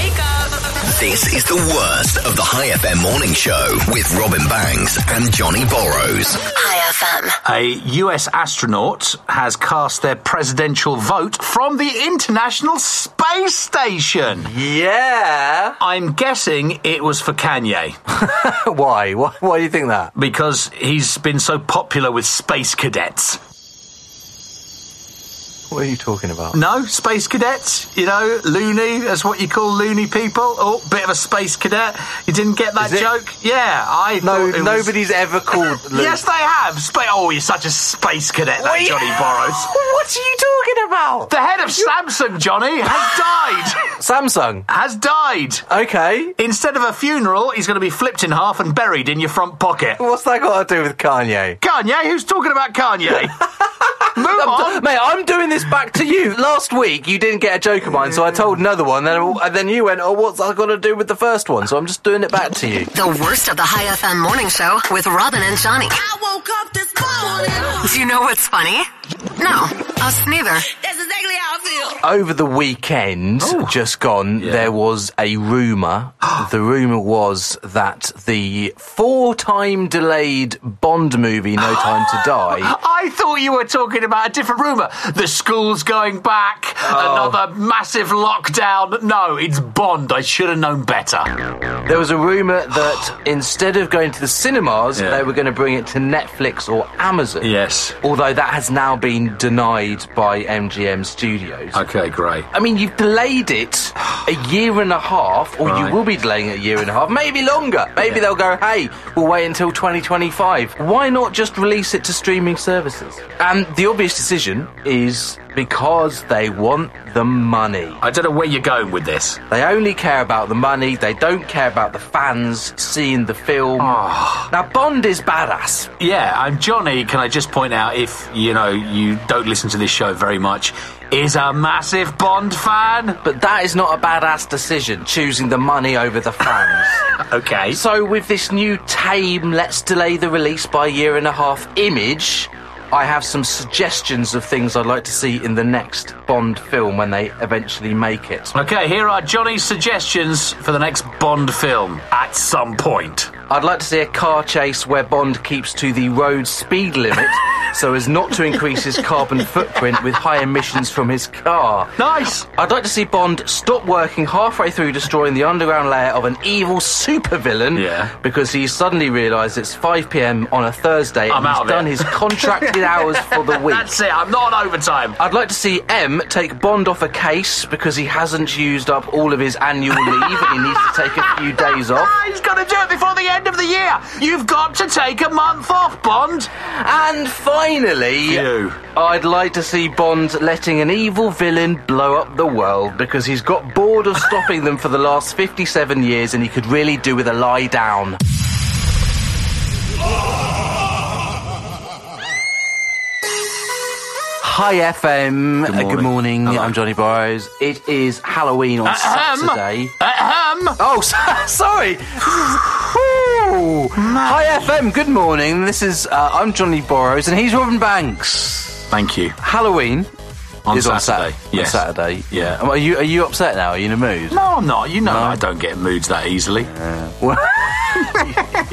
S6: This is the worst of the High FM morning show with Robin Banks and Johnny Borrows.
S2: High FM.
S4: A US astronaut has cast their presidential vote from the International Space Station.
S3: Yeah.
S4: I'm guessing it was for Kanye.
S3: why? why? Why do you think that?
S4: because he's been so popular with space cadets.
S3: What are you talking about?
S4: No, space cadets, you know, loony, that's what you call loony people. Oh, bit of a space cadet. You didn't get that
S3: Is it?
S4: joke? Yeah,
S3: No,
S4: I thought it was-
S3: nobody's ever called. Luke.
S4: Yes, they have. Spa- oh, you're such a space cadet, that
S3: Wait.
S4: Johnny Borrows.
S3: What are you talking about?
S4: The head of Samsung, Johnny, has died.
S3: Samsung.
S4: has died.
S3: Okay.
S4: Instead of a funeral, he's going to be flipped in half and buried in your front pocket.
S3: What's that got to do with Kanye?
S4: Kanye, who's talking about Kanye? Move on.
S3: Mate, I'm doing this back to you. Last week you didn't get a joke of mine, so I told another one, then, and then you went, "Oh, what's that got to do with the first one?" So I'm just doing it back to you.
S2: The worst of the High FM morning show with Robin and Johnny.
S13: I woke up this morning.
S2: Do you know what's funny? No, us neither.
S13: That's exactly how I feel.
S3: Over the weekend, just gone,
S4: Yeah.
S3: there was a rumor. the rumor was that the four-time delayed Bond movie, No Time to Die.
S4: I thought you were talking about a different rumour. The school's going back, another massive lockdown. No, it's Bond. I should have known better.
S3: There was a rumor that instead of going to the cinemas,
S4: Yeah.
S3: they were going to bring it to Netflix or Amazon.
S4: Yes.
S3: Although that has now been denied by MGM Studios.
S4: Okay, great.
S3: I mean, you've delayed it a year and a half, or
S4: Right.
S3: you will be delaying it a year and a half, maybe longer. Maybe they'll go, hey, we'll wait until 2025. Why not just release it to streaming services? And the obvious decision is because they want the money.
S4: I don't know where you're going with this.
S3: They only care about the money, they don't care about the fans seeing the film. Now, Bond is badass.
S4: Yeah, I'm Johnny. Can I just point out, if you know you don't listen to this show very much, is a massive Bond fan.
S3: But that is not a badass decision, choosing the money over the fans.
S4: Okay.
S3: So, with this new tame, let's delay the release by a year and a half image, I have some suggestions of things I'd like to see in the next Bond film when they eventually make it.
S4: Okay, here are Johnny's suggestions for the next Bond film at some point.
S3: I'd like to see a car chase where Bond keeps to the road speed limit so as not to increase his carbon footprint with high emissions from his car.
S4: Nice!
S3: I'd like to see Bond stop working halfway through destroying the underground lair of an evil supervillain
S4: Yeah.
S3: because he suddenly realised it's 5 pm on a Thursday
S4: I'm
S3: and
S4: out
S3: he's
S4: of
S3: done
S4: it.
S3: his contracted hours for the week.
S4: That's it, I'm not on overtime.
S3: I'd like to see M take Bond off a case because he hasn't used up all of his annual leave and he needs to take a few days off.
S4: Ah, He's got to do it before the end of the year. You've got to take a month off, Bond.
S3: And finally,
S4: Phew.
S3: I'd like to see Bond letting an evil villain blow up the world because he's got bored of stopping them for the last 57 years and he could really do with a lie down. Hi FM. Good morning. Good morning. I'm Johnny Borrows. It is Halloween on
S4: Ahem.
S3: Saturday.
S4: Ahem.
S3: Oh, so- sorry. Ooh. Hi FM. Good morning. This is uh, I'm Johnny Borrows and he's Robin Banks.
S4: Thank you.
S3: Halloween
S4: On
S3: is
S4: Saturday.
S3: on Saturday.
S4: Yes.
S3: On Saturday.
S4: Yeah.
S3: Um, Are you are you upset now? Are you in a mood?
S4: No, I'm not. You know I don't get moods that easily.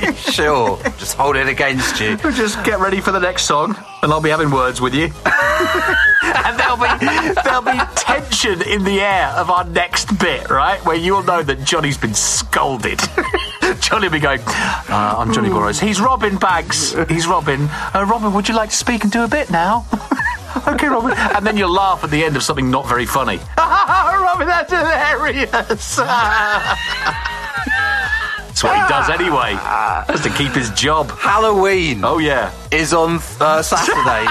S3: sure. Just hold it against you.
S4: Just get ready for the next song, and I'll be having words with you. and there'll be there'll be tension in the air of our next bit, right? Where you'll know that Johnny's been scolded. Johnny will be going. Uh, I'm Johnny Burrows. He's Robin Banks. He's Robin. Uh, Robin, would you like to speak and do a bit now? okay, Robin. And then you'll laugh at the end of something not very funny. Robin, that's hilarious. that's what he does anyway, just to keep his job.
S3: Halloween.
S4: Oh, yeah.
S3: Is on uh, Saturday.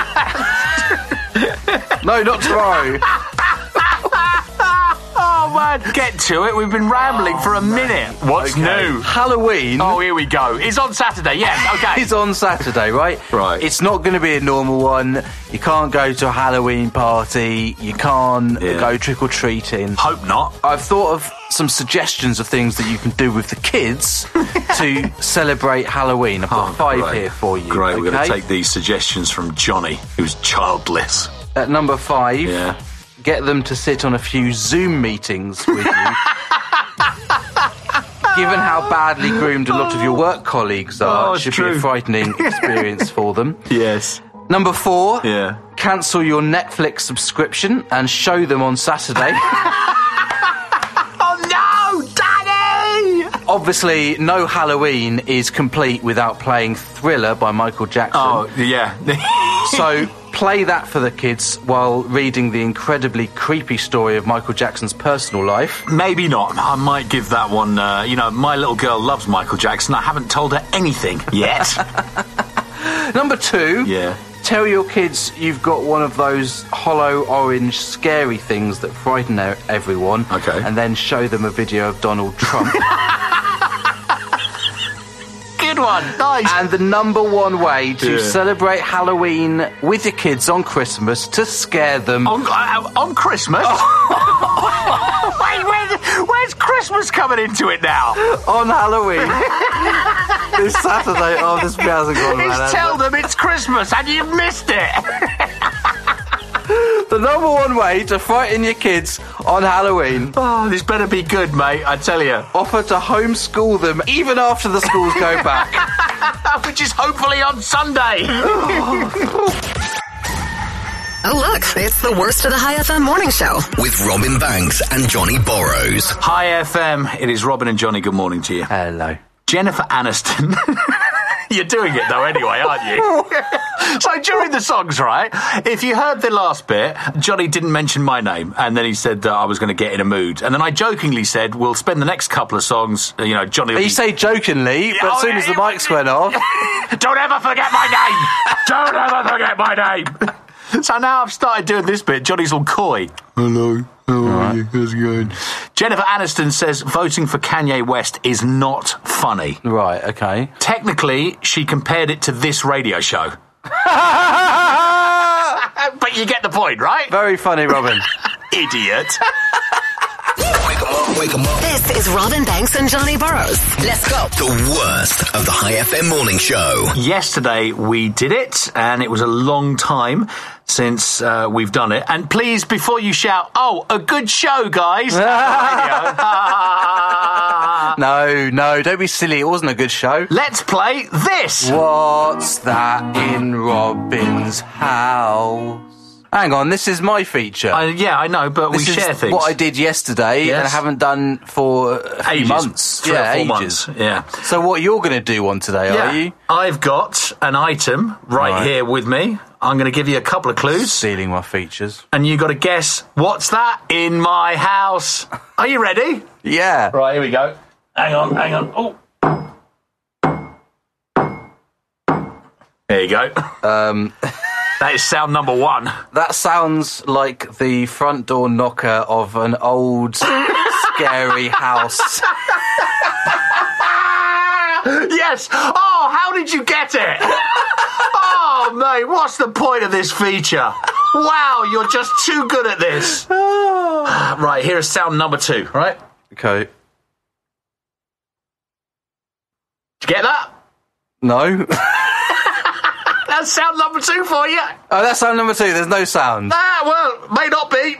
S3: no, not tomorrow.
S4: Oh man, get to it. We've been rambling for a minute. What's
S3: Oh, Okay.
S4: new?
S3: Halloween.
S4: Oh, here we go. It's on Saturday. Yes. Okay.
S3: It's on Saturday, right?
S4: Right.
S3: It's not going to be a normal one. You can't go to a Halloween party. You can't
S4: Yeah.
S3: go trick or treating.
S4: Hope not.
S3: I've thought of some suggestions of things that you can do with the kids to celebrate Halloween. I've got five
S4: Oh, Great.
S3: here for you.
S4: Great. We're going
S3: okay?
S4: to take these suggestions from Johnny, who's childless.
S3: At number five,
S4: Yeah.
S3: get them to sit on a few Zoom meetings with you. Given how badly groomed a lot of your work colleagues are,
S4: Oh,
S3: it
S4: it's
S3: should be
S4: true.
S3: a frightening experience for them.
S4: Yes.
S3: Number four,
S4: Yeah.
S3: cancel your Netflix subscription and show them on Saturday.
S4: Oh no, Daddy!
S3: Obviously, no Halloween is complete without playing Thriller by Michael Jackson.
S4: Oh yeah.
S3: So play that for the kids while reading the incredibly creepy story of Michael Jackson's personal life.
S4: Maybe not. I might give that one. Uh, you know, my little girl loves Michael Jackson. I haven't told her anything yet.
S3: Number two,
S4: yeah.
S3: tell your kids you've got one of those hollow orange scary things that frighten e- everyone.
S4: Okay.
S3: And then show them a video of Donald Trump.
S4: Good one. Nice.
S3: and the number one way to
S4: Yeah.
S3: celebrate Halloween with your kids on Christmas to scare them.
S4: on, uh, on Christmas. Wait, where, where's Christmas coming into it now?
S3: on Halloween. this Saturday. Oh, this hasn't gone
S4: Just tell them it's Christmas and you've missed it.
S3: The number one way to frighten your kids on Halloween.
S4: Oh, this better be good, mate. I tell you.
S3: Offer to homeschool them even after the schools go back.
S4: Oh, Which is hopefully on Sunday.
S2: Oh, look, it's the worst of the High FM morning show.
S6: With Robin Banks and Johnny Borrows.
S4: Hi, FM. It is Robin and Johnny. Good morning to you.
S3: Hello.
S4: Jennifer Aniston. You're doing it though, anyway, aren't you? so during the songs, right? If you heard the last bit, Johnny didn't mention my name, and then he said that I was going to get in a mood, and then I jokingly said, "We'll spend the next couple of songs." You know, Johnny. will
S3: You
S4: be-
S3: say jokingly, but as soon as the mics went off,
S4: Don't ever forget my name. Don't ever forget my name. So now I've started doing this bit. Johnny's all coy. Hello. How are you? How's it going? Jennifer Aniston says voting for Kanye West is not funny.
S3: right? Okay.
S4: Technically, she compared it to this radio show. but you get the point, right?
S3: Very funny, Robin.
S4: Idiot.
S6: Wake 'em up, wake 'em up.
S2: This is Robin Banks and Johnny Burrows. Let's go.
S6: The worst of the High FM morning show.
S4: Yesterday we did it, and it was a long time since uh, we've done it. And please, before you shout, oh, a good show, guys!
S3: no, no, don't be silly. It wasn't a good show.
S4: Let's play this.
S3: What's that in Robin's house? Hang on, this is my feature.
S4: Uh, yeah, I know, but
S3: this
S4: we
S3: is
S4: share things.
S3: what I did yesterday
S4: Yes.
S3: and I haven't done for a few
S4: Ages.
S3: months.
S4: Three
S3: yeah,
S4: or four
S3: ages.
S4: months. Yeah.
S3: So what you're going to do one today,
S4: yeah.
S3: are you?
S4: I've got an item right,
S3: Right.
S4: here with me. I'm going to give you a couple of clues.
S3: Stealing my features.
S4: and you got to guess what's that in my house. Are you ready?
S3: Yeah.
S4: Right, here we go. Hang on, hang on. Oh. There you go. Um that is sound number 1.
S3: That sounds like the front door knocker of an old scary house.
S4: Ah, yes. Oh, how did you get it? oh, mate, what's the point of this feature? Wow, you're just too good at this. Ah, right, here is sound number 2, right?
S3: Okay.
S4: Did you get that?
S3: No.
S4: That's sound number 2 for you.
S3: Oh, that's sound number two. There's no sound.
S4: Ah, well, may not be.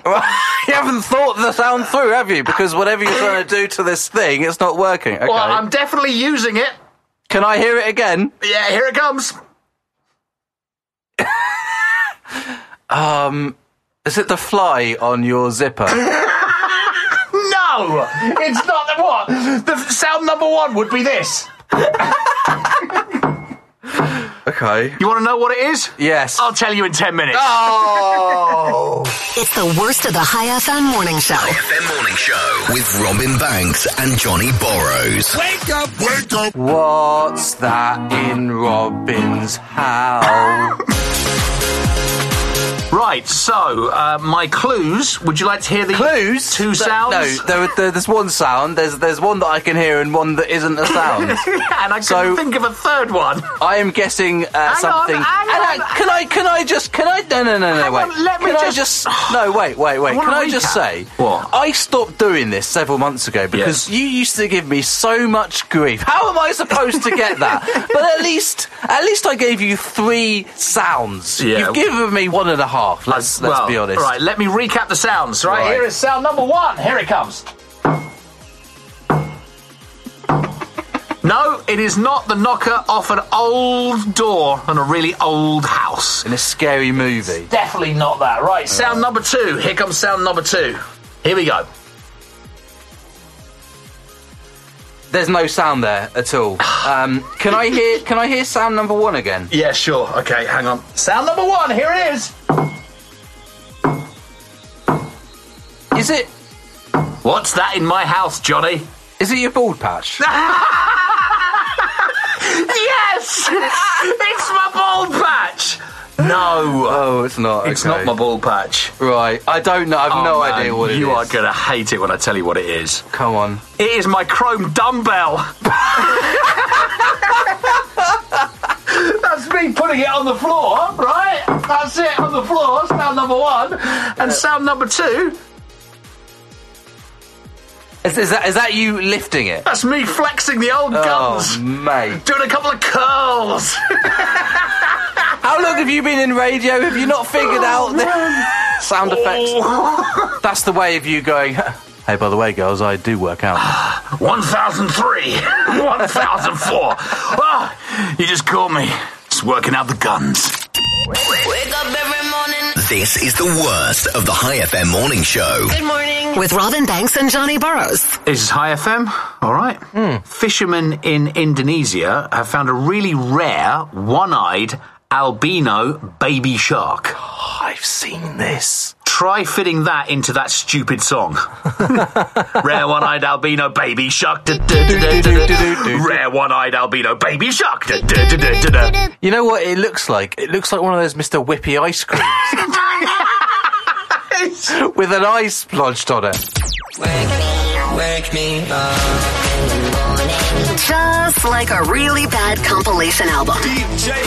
S3: you haven't thought the sound through, have you? Because whatever you're trying to do to this thing, it's not working. Okay.
S4: Well, I'm definitely using it.
S3: Can I hear it again?
S4: Yeah, here it comes.
S3: Is it the fly on your zipper?
S4: No, it's not the what. The sound number one would be this.
S3: Okay.
S4: You want to know what it is?
S3: Yes.
S4: I'll tell you in 10 minutes.
S3: Ah. Oh!
S2: it's the worst of the High FM morning show. High
S6: FM morning show with Robin Banks and Johnny Borrows.
S14: Wake up, wake up.
S3: What's that in Robin's house?
S4: right, so uh, my clues. Would you like to hear the
S3: clues?
S4: Two sounds?
S3: No, there, there, there's one sound. There's there's one that I can hear and one that isn't a sound.
S4: yeah, and I so, couldn't think of a third one.
S3: I am guessing uh, something.
S4: On, hang
S3: on, I, can I can I just can I no no no no
S4: hang
S3: wait?
S4: On, let me
S3: can
S4: just,
S3: I just no wait wait wait?
S4: I
S3: Can I
S4: recap.
S3: just say
S4: What?
S3: I stopped doing this several months ago because
S4: Yes.
S3: you used to give me so much grief. How am I supposed to get that? but at least at least I gave you three sounds.
S4: Yeah.
S3: You've given me one and a half. Let's let's
S4: Well,
S3: be honest.
S4: Right, let me recap the sounds. Right,
S3: Right.
S4: here is sound number one. Here it comes. No, it is not the knocker off an old door on a really old house.
S3: In a scary movie.
S4: Definitely not that. Right, sound number two. Here comes sound number two. Here we go.
S3: There's no sound there at all. Um, can I hear can I hear sound number one again?
S4: Yeah, sure. Okay, hang on. Sound number one. Here it is.
S3: Is it
S4: What's that in my house, Johnny?
S3: is it your bald patch?
S4: Yes! it's my bald patch! No,
S3: Oh, it's not.
S4: it's
S3: okay.
S4: not my bald patch.
S3: Right, I don't know. I've
S4: Oh,
S3: no
S4: man,
S3: idea what it is.
S4: You are going to hate it when I tell you what it is.
S3: Come on.
S4: It is my chrome dumbbell. That's me putting it on the floor, right? That's it on the floor, sound number one. And sound number two,
S3: Is, is that is that you lifting it?
S4: that's me flexing the old
S3: Oh,
S4: guns.
S3: mate.
S4: Doing a couple of curls.
S3: How long have you been in radio? Have you not figured out the sound effects? That's the way of you going. Hey, by the way, girls, I do work out.
S4: 1003, 1004. Ah, you just caught me. Just working out the guns.
S15: Wake up every morning.
S6: This is the worst of the High FM morning show.
S15: Good morning.
S2: With Robin Banks and Johnny Burrows.
S4: This is High FM. All right. Fishermen in Indonesia have found a really rare one-eyed albino baby shark.
S3: I've seen this.
S4: Try fitting that into that stupid song. rare one-eyed albino baby shark. Du- du- du- du- du- du. Rare one-eyed albino baby shark. Du- du- du- du- du- du.
S3: You know what it looks like? It looks like one of those Mr. Whippy ice creams with an eye splodged on it.
S5: Wake me up.
S2: Just like a really bad compilation album.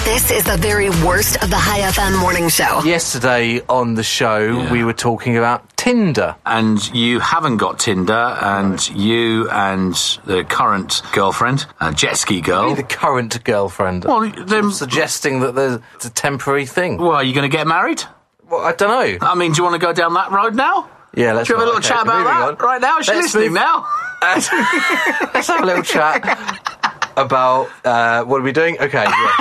S2: This is the very worst of the High FM morning show.
S3: Yesterday on the show, we were talking about Tinder.
S4: And you haven't got Tinder, and you and the current girlfriend, uh, jet ski girl.
S3: The current girlfriend.
S4: Well, then,
S3: suggesting that there's it's a temporary thing.
S4: well, are you going to get married?
S3: Well, I don't know.
S4: I mean, do you want to go down that road now?
S3: Yeah, let's
S4: Do you have a
S3: not.
S4: little
S3: Okay,
S4: chat about
S3: moving
S4: that
S3: on.
S4: right now? Is she
S3: Let's
S4: listening
S3: move-
S4: now?
S3: Let's have a little chat about uh, what are we doing? Okay, yeah.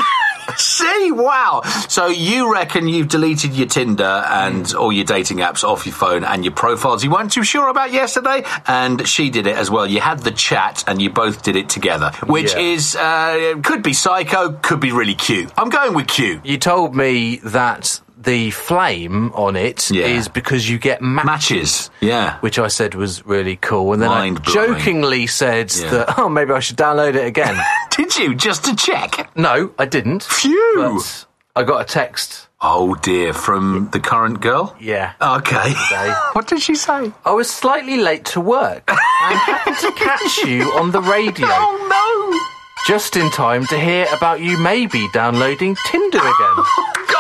S4: See, wow. So you reckon you've deleted your Tinder and all your dating apps off your phone and your profiles you weren't too sure about yesterday, and she did it as well. You had the chat and you both did it together, which
S3: Yeah.
S4: is uh, could be psycho, could be really cute. I'm going with cute.
S3: you told me that the flame on it is
S4: Yeah.
S3: because you get matches.
S4: Matches, yeah.
S3: Which I said was really cool, and then I
S4: Mind-blowing.
S3: jokingly said
S4: Yeah.
S3: that oh maybe I should download it again.
S4: Did you just to check?
S3: no, I didn't.
S4: Phew.
S3: But I got a text.
S4: Oh dear, from the current girl.
S3: Yeah.
S4: Okay. what did she say?
S3: I was slightly late to work. I happened to catch you on the radio
S4: Oh
S3: just in time to hear about you maybe downloading Tinder again.
S4: no!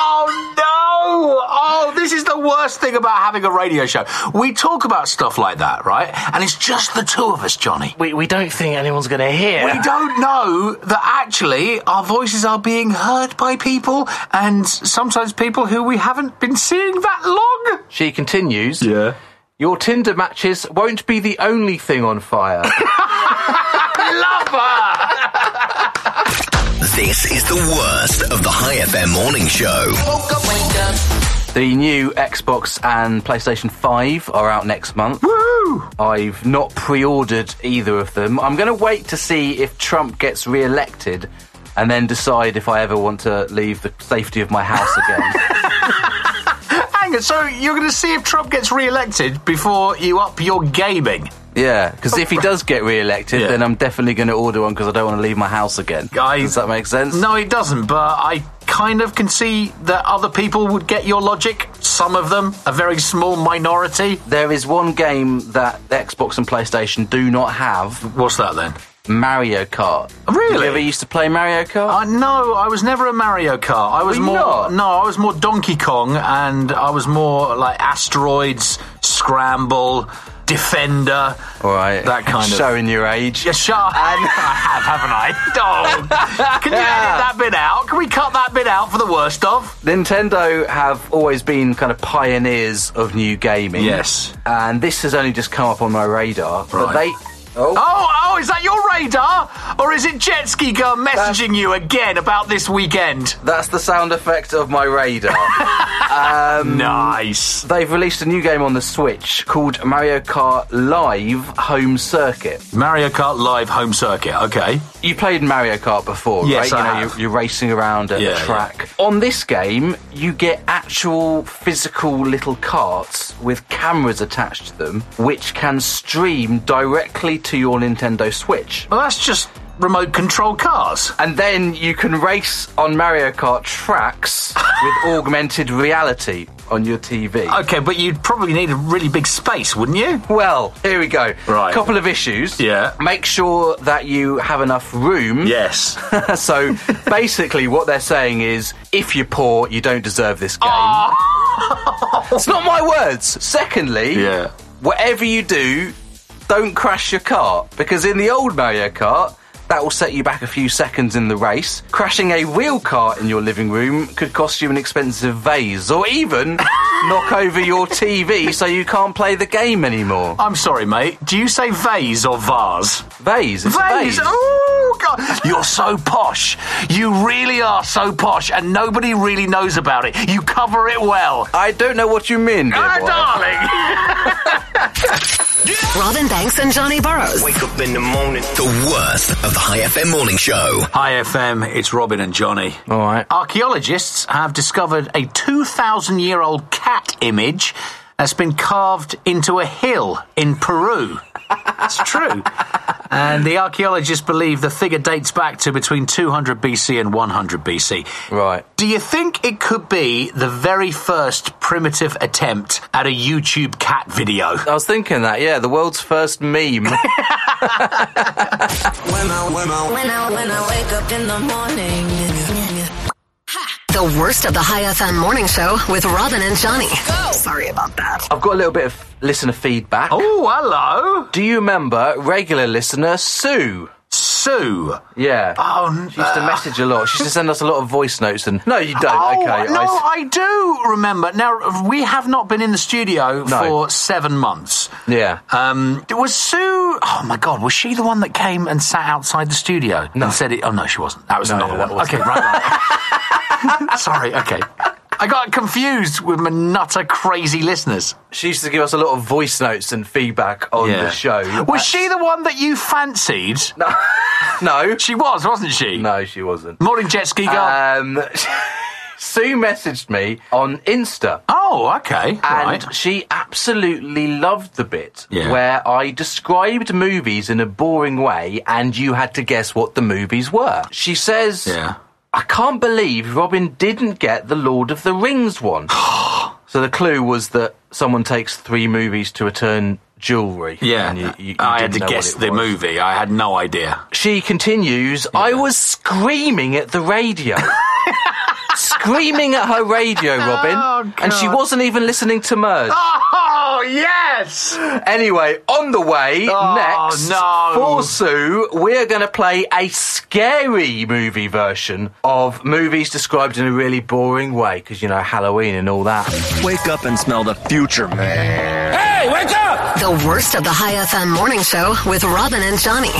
S4: Oh no! Oh, this is the worst thing about having a radio show. We talk about stuff like that, right? And it's just the two of us, Johnny.
S3: We, we don't think anyone's going to hear.
S4: We don't know that actually our voices are being heard by people, and sometimes people who we haven't been seeing that long.
S3: She continues. Your Tinder matches won't be the only thing on fire.
S6: This is the worst of the High FM morning show.
S5: Woke up, wake up.
S3: the new Xbox and PlayStation 5 are out next month.
S4: Woo!
S3: I've not pre ordered either of them. I'm going to wait to see if Trump gets re elected and then decide if I ever want to leave the safety of my house again.
S4: Hang on, so you're going to see if Trump gets re-elected before you up your gaming?
S3: Yeah, because if he does get re-elected, yeah. then I'm definitely going to order one because I don't want to leave my house again. I, does that make sense?
S4: No, it doesn't. But I kind of can see that other people would get your logic. Some of them, a very small minority.
S3: There is one game that Xbox and PlayStation do not have.
S4: What's that then?
S3: Mario Kart.
S4: Really? Did
S3: you ever used to play Mario Kart?
S4: Uh, no, I was never a Mario Kart. I was Were more
S3: not?
S4: no, I was more Donkey Kong, and I was more like asteroids, scramble, defender,
S3: All right,
S4: that kind
S3: showing
S4: of
S3: showing your age.
S4: Yeah, sure. And Oh. I have, haven't I? Oh, can you edit that bit out? Can we cut that bit out for the worst of?
S3: Nintendo have always been kind of pioneers of new gaming.
S4: Yes,
S3: and this has only just come up on my radar. Right. But they
S4: Oh. oh. oh, is that your radar? Or is it Jet Ski Girl messaging that's, you again about this weekend?
S3: That's the sound effect of my radar.
S4: um, nice.
S3: They've released a new game on the Switch called Mario Kart Live Home Circuit.
S4: Mario Kart Live Home Circuit, okay.
S3: You played Mario Kart before,
S4: yes,
S3: right?
S4: I
S3: you know,
S4: have.
S3: You're, you're racing around at a
S4: yeah,
S3: track. Yeah. On this game, you get actual physical little carts with cameras attached to them, which can stream directly to your Nintendo Switch.
S4: Well, that's just remote control cars.
S3: And then you can race on Mario Kart tracks with augmented reality on your TV.
S4: Okay, but you'd probably need a really big space, wouldn't you?
S3: Well, here we go.
S4: Right.
S3: Couple of issues.
S4: Yeah.
S3: Make sure that you have enough room.
S4: Yes.
S3: so basically what they're saying is if you're poor, you don't deserve this game.
S4: Oh.
S3: it's not my words. Secondly,
S4: yeah.
S3: whatever you do, don't crash your car because in the old Mario Kart, that will set you back a few seconds in the race. Crashing a wheel cart in your living room could cost you an expensive vase or even knock over your TV so you can't play the game anymore.
S4: I'm sorry, mate. Do you say vase or vase?
S3: Vase. It's
S4: vase. Oh, God. You're so posh. You really are so posh, and nobody really knows about it. You cover it well.
S3: I don't know what you mean, dear
S4: ah,
S3: boy.
S4: darling.
S2: Robin Banks and Johnny Burrows.
S6: Wake up in the morning. The worst of the High FM morning show.
S4: Hi FM, it's Robin and Johnny.
S3: All right.
S4: Archaeologists have discovered a 2,000 year old cat image that's been carved into a hill in Peru. That's true. and the archaeologists believe the figure dates back to between 200 BC and 100 BC.
S3: Right.
S4: Do you think it could be the very first primitive attempt at a YouTube cat video? I
S3: was thinking that, yeah, the world's first meme. when,
S11: I, when, I, when, I, when I wake up in the morning.
S2: The worst of the High FM morning show with Robin and Johnny. Go. Sorry about that.
S3: I've got a little bit of listener feedback.
S4: Oh, hello.
S3: Do you remember regular listener Sue?
S4: Sue.
S3: Yeah.
S4: Oh,
S3: she used to message a lot. She used to send us a lot of voice notes. And no, you don't.
S4: Oh,
S3: okay.
S4: No, I... I do remember. Now we have not been in the studio
S3: No.
S4: for seven months.
S3: Yeah.
S4: Um, was Sue? Oh my God, was she the one that came and sat outside the studio and said it? Oh no, she wasn't. That was
S3: No,
S4: another
S3: that
S4: one.
S3: wasn't.
S4: Okay, right. right. Sorry. Okay. I got confused with my nutter crazy listeners.
S3: She used to give us a lot of voice notes and feedback on the show.
S4: Was she the one that you fancied?
S3: No. no.
S4: She was, wasn't she?
S3: No, she wasn't.
S4: Morning, jet ski girl.
S3: Um, Sue messaged me on Insta.
S4: oh, okay.
S3: And
S4: right.
S3: she absolutely loved the bit
S4: Yeah.
S3: where I described movies in a boring way and you had to guess what the movies were. She says,
S4: Yeah.
S3: I can't believe Robin didn't get the Lord of the Rings one. so the clue was that someone takes three movies to return jewellery.
S4: Yeah,
S3: And you- you- you
S4: I
S3: didn't
S4: had to
S3: know what
S4: guess
S3: it
S4: the
S3: was.
S4: movie. I had no idea.
S3: She continues, I was screaming at the radio. screaming at her radio, Robin.
S4: Oh,
S3: and she
S4: God.
S3: wasn't even listening to Merge.
S4: Oh yes!
S3: Anyway, on the way
S4: Oh,
S3: next
S4: no.
S3: for Sue, we're going to play a scary movie version of movies described in a really boring way because you know Halloween and all that.
S16: Wake up and smell the future, man.
S2: The worst of the High FM morning show with Robin and Johnny.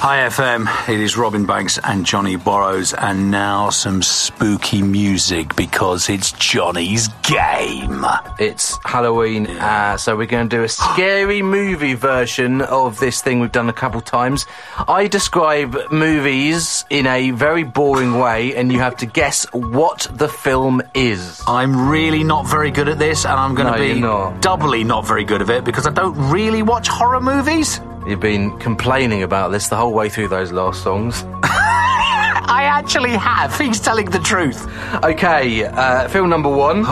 S4: Hi FM, it is Robin Banks and Johnny Borrows, and now some spooky music because it's Johnny's game.
S3: It's Halloween, uh, so we're going to do a scary movie version of this thing we've done a couple times. I describe movies in a very boring way, and you have to guess what the film is.
S4: I'm really not very good at this, and I'm going
S3: No,
S4: to
S3: you're
S4: be
S3: not.
S4: doubly not very good at it because I don't really watch horror movies.
S3: You've been complaining about this the whole way through those last songs.
S4: I actually have. He's telling the truth.
S3: Okay, uh, film number one.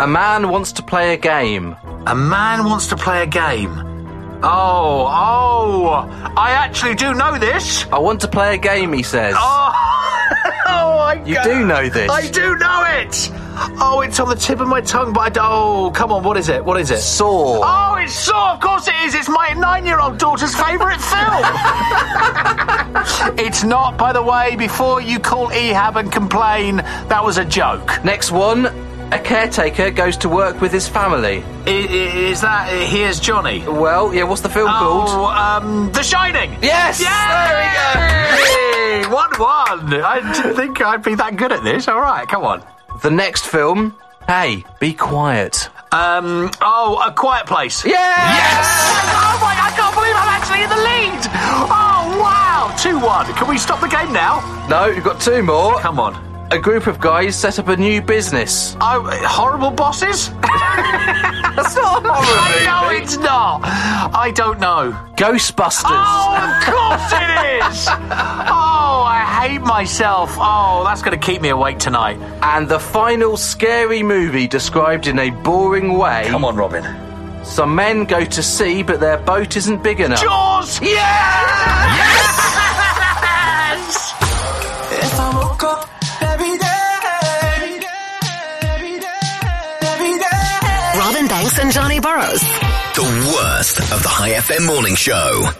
S3: a man wants to play a game.
S4: A man wants to play a game. Oh, oh, I actually do know this.
S3: I want to play a game, he says.
S4: Oh, oh I
S3: You
S4: go-
S3: do know this.
S4: I do know it. Oh, it's on the tip of my tongue, but I don't. Oh, come on, what is it? What is it?
S3: Saw.
S4: Oh, it's Saw, of course it is. It's my nine year old daughter's favourite film. it's not, by the way, before you call Ehab and complain, that was a joke.
S3: Next one. A caretaker goes to work with his family.
S4: I- i- Is that Here's Johnny?
S3: Well, yeah, what's the film called?
S4: Oh, um, The Shining.
S3: Yes!
S4: There we go. one one. I didn't think I'd be that good at this. All right, come on.
S3: The next film. Hey, be quiet.
S4: Um, oh, A Quiet Place.
S3: Yeah!
S4: Oh my! I can't believe I'm actually in the lead. Oh wow! Two one. Can we stop the game now?
S3: No, you've got two more.
S4: Come on.
S3: A group of guys set up a new business.
S4: Oh, horrible bosses.
S3: That's not
S4: I know it's not. I don't know.
S3: Ghostbusters.
S4: Oh, of course it is. Oh, I hate myself. Oh, that's going to keep me awake tonight.
S3: And the final scary movie described in a boring way.
S4: on, Robin.
S3: Some men go to sea, but their boat isn't big enough.
S4: Jaws! Yes! Yes!
S5: If I woke up every day, every day, every day.
S2: Robin Banks and Johnny Burrows.
S6: The worst of the High FM morning show.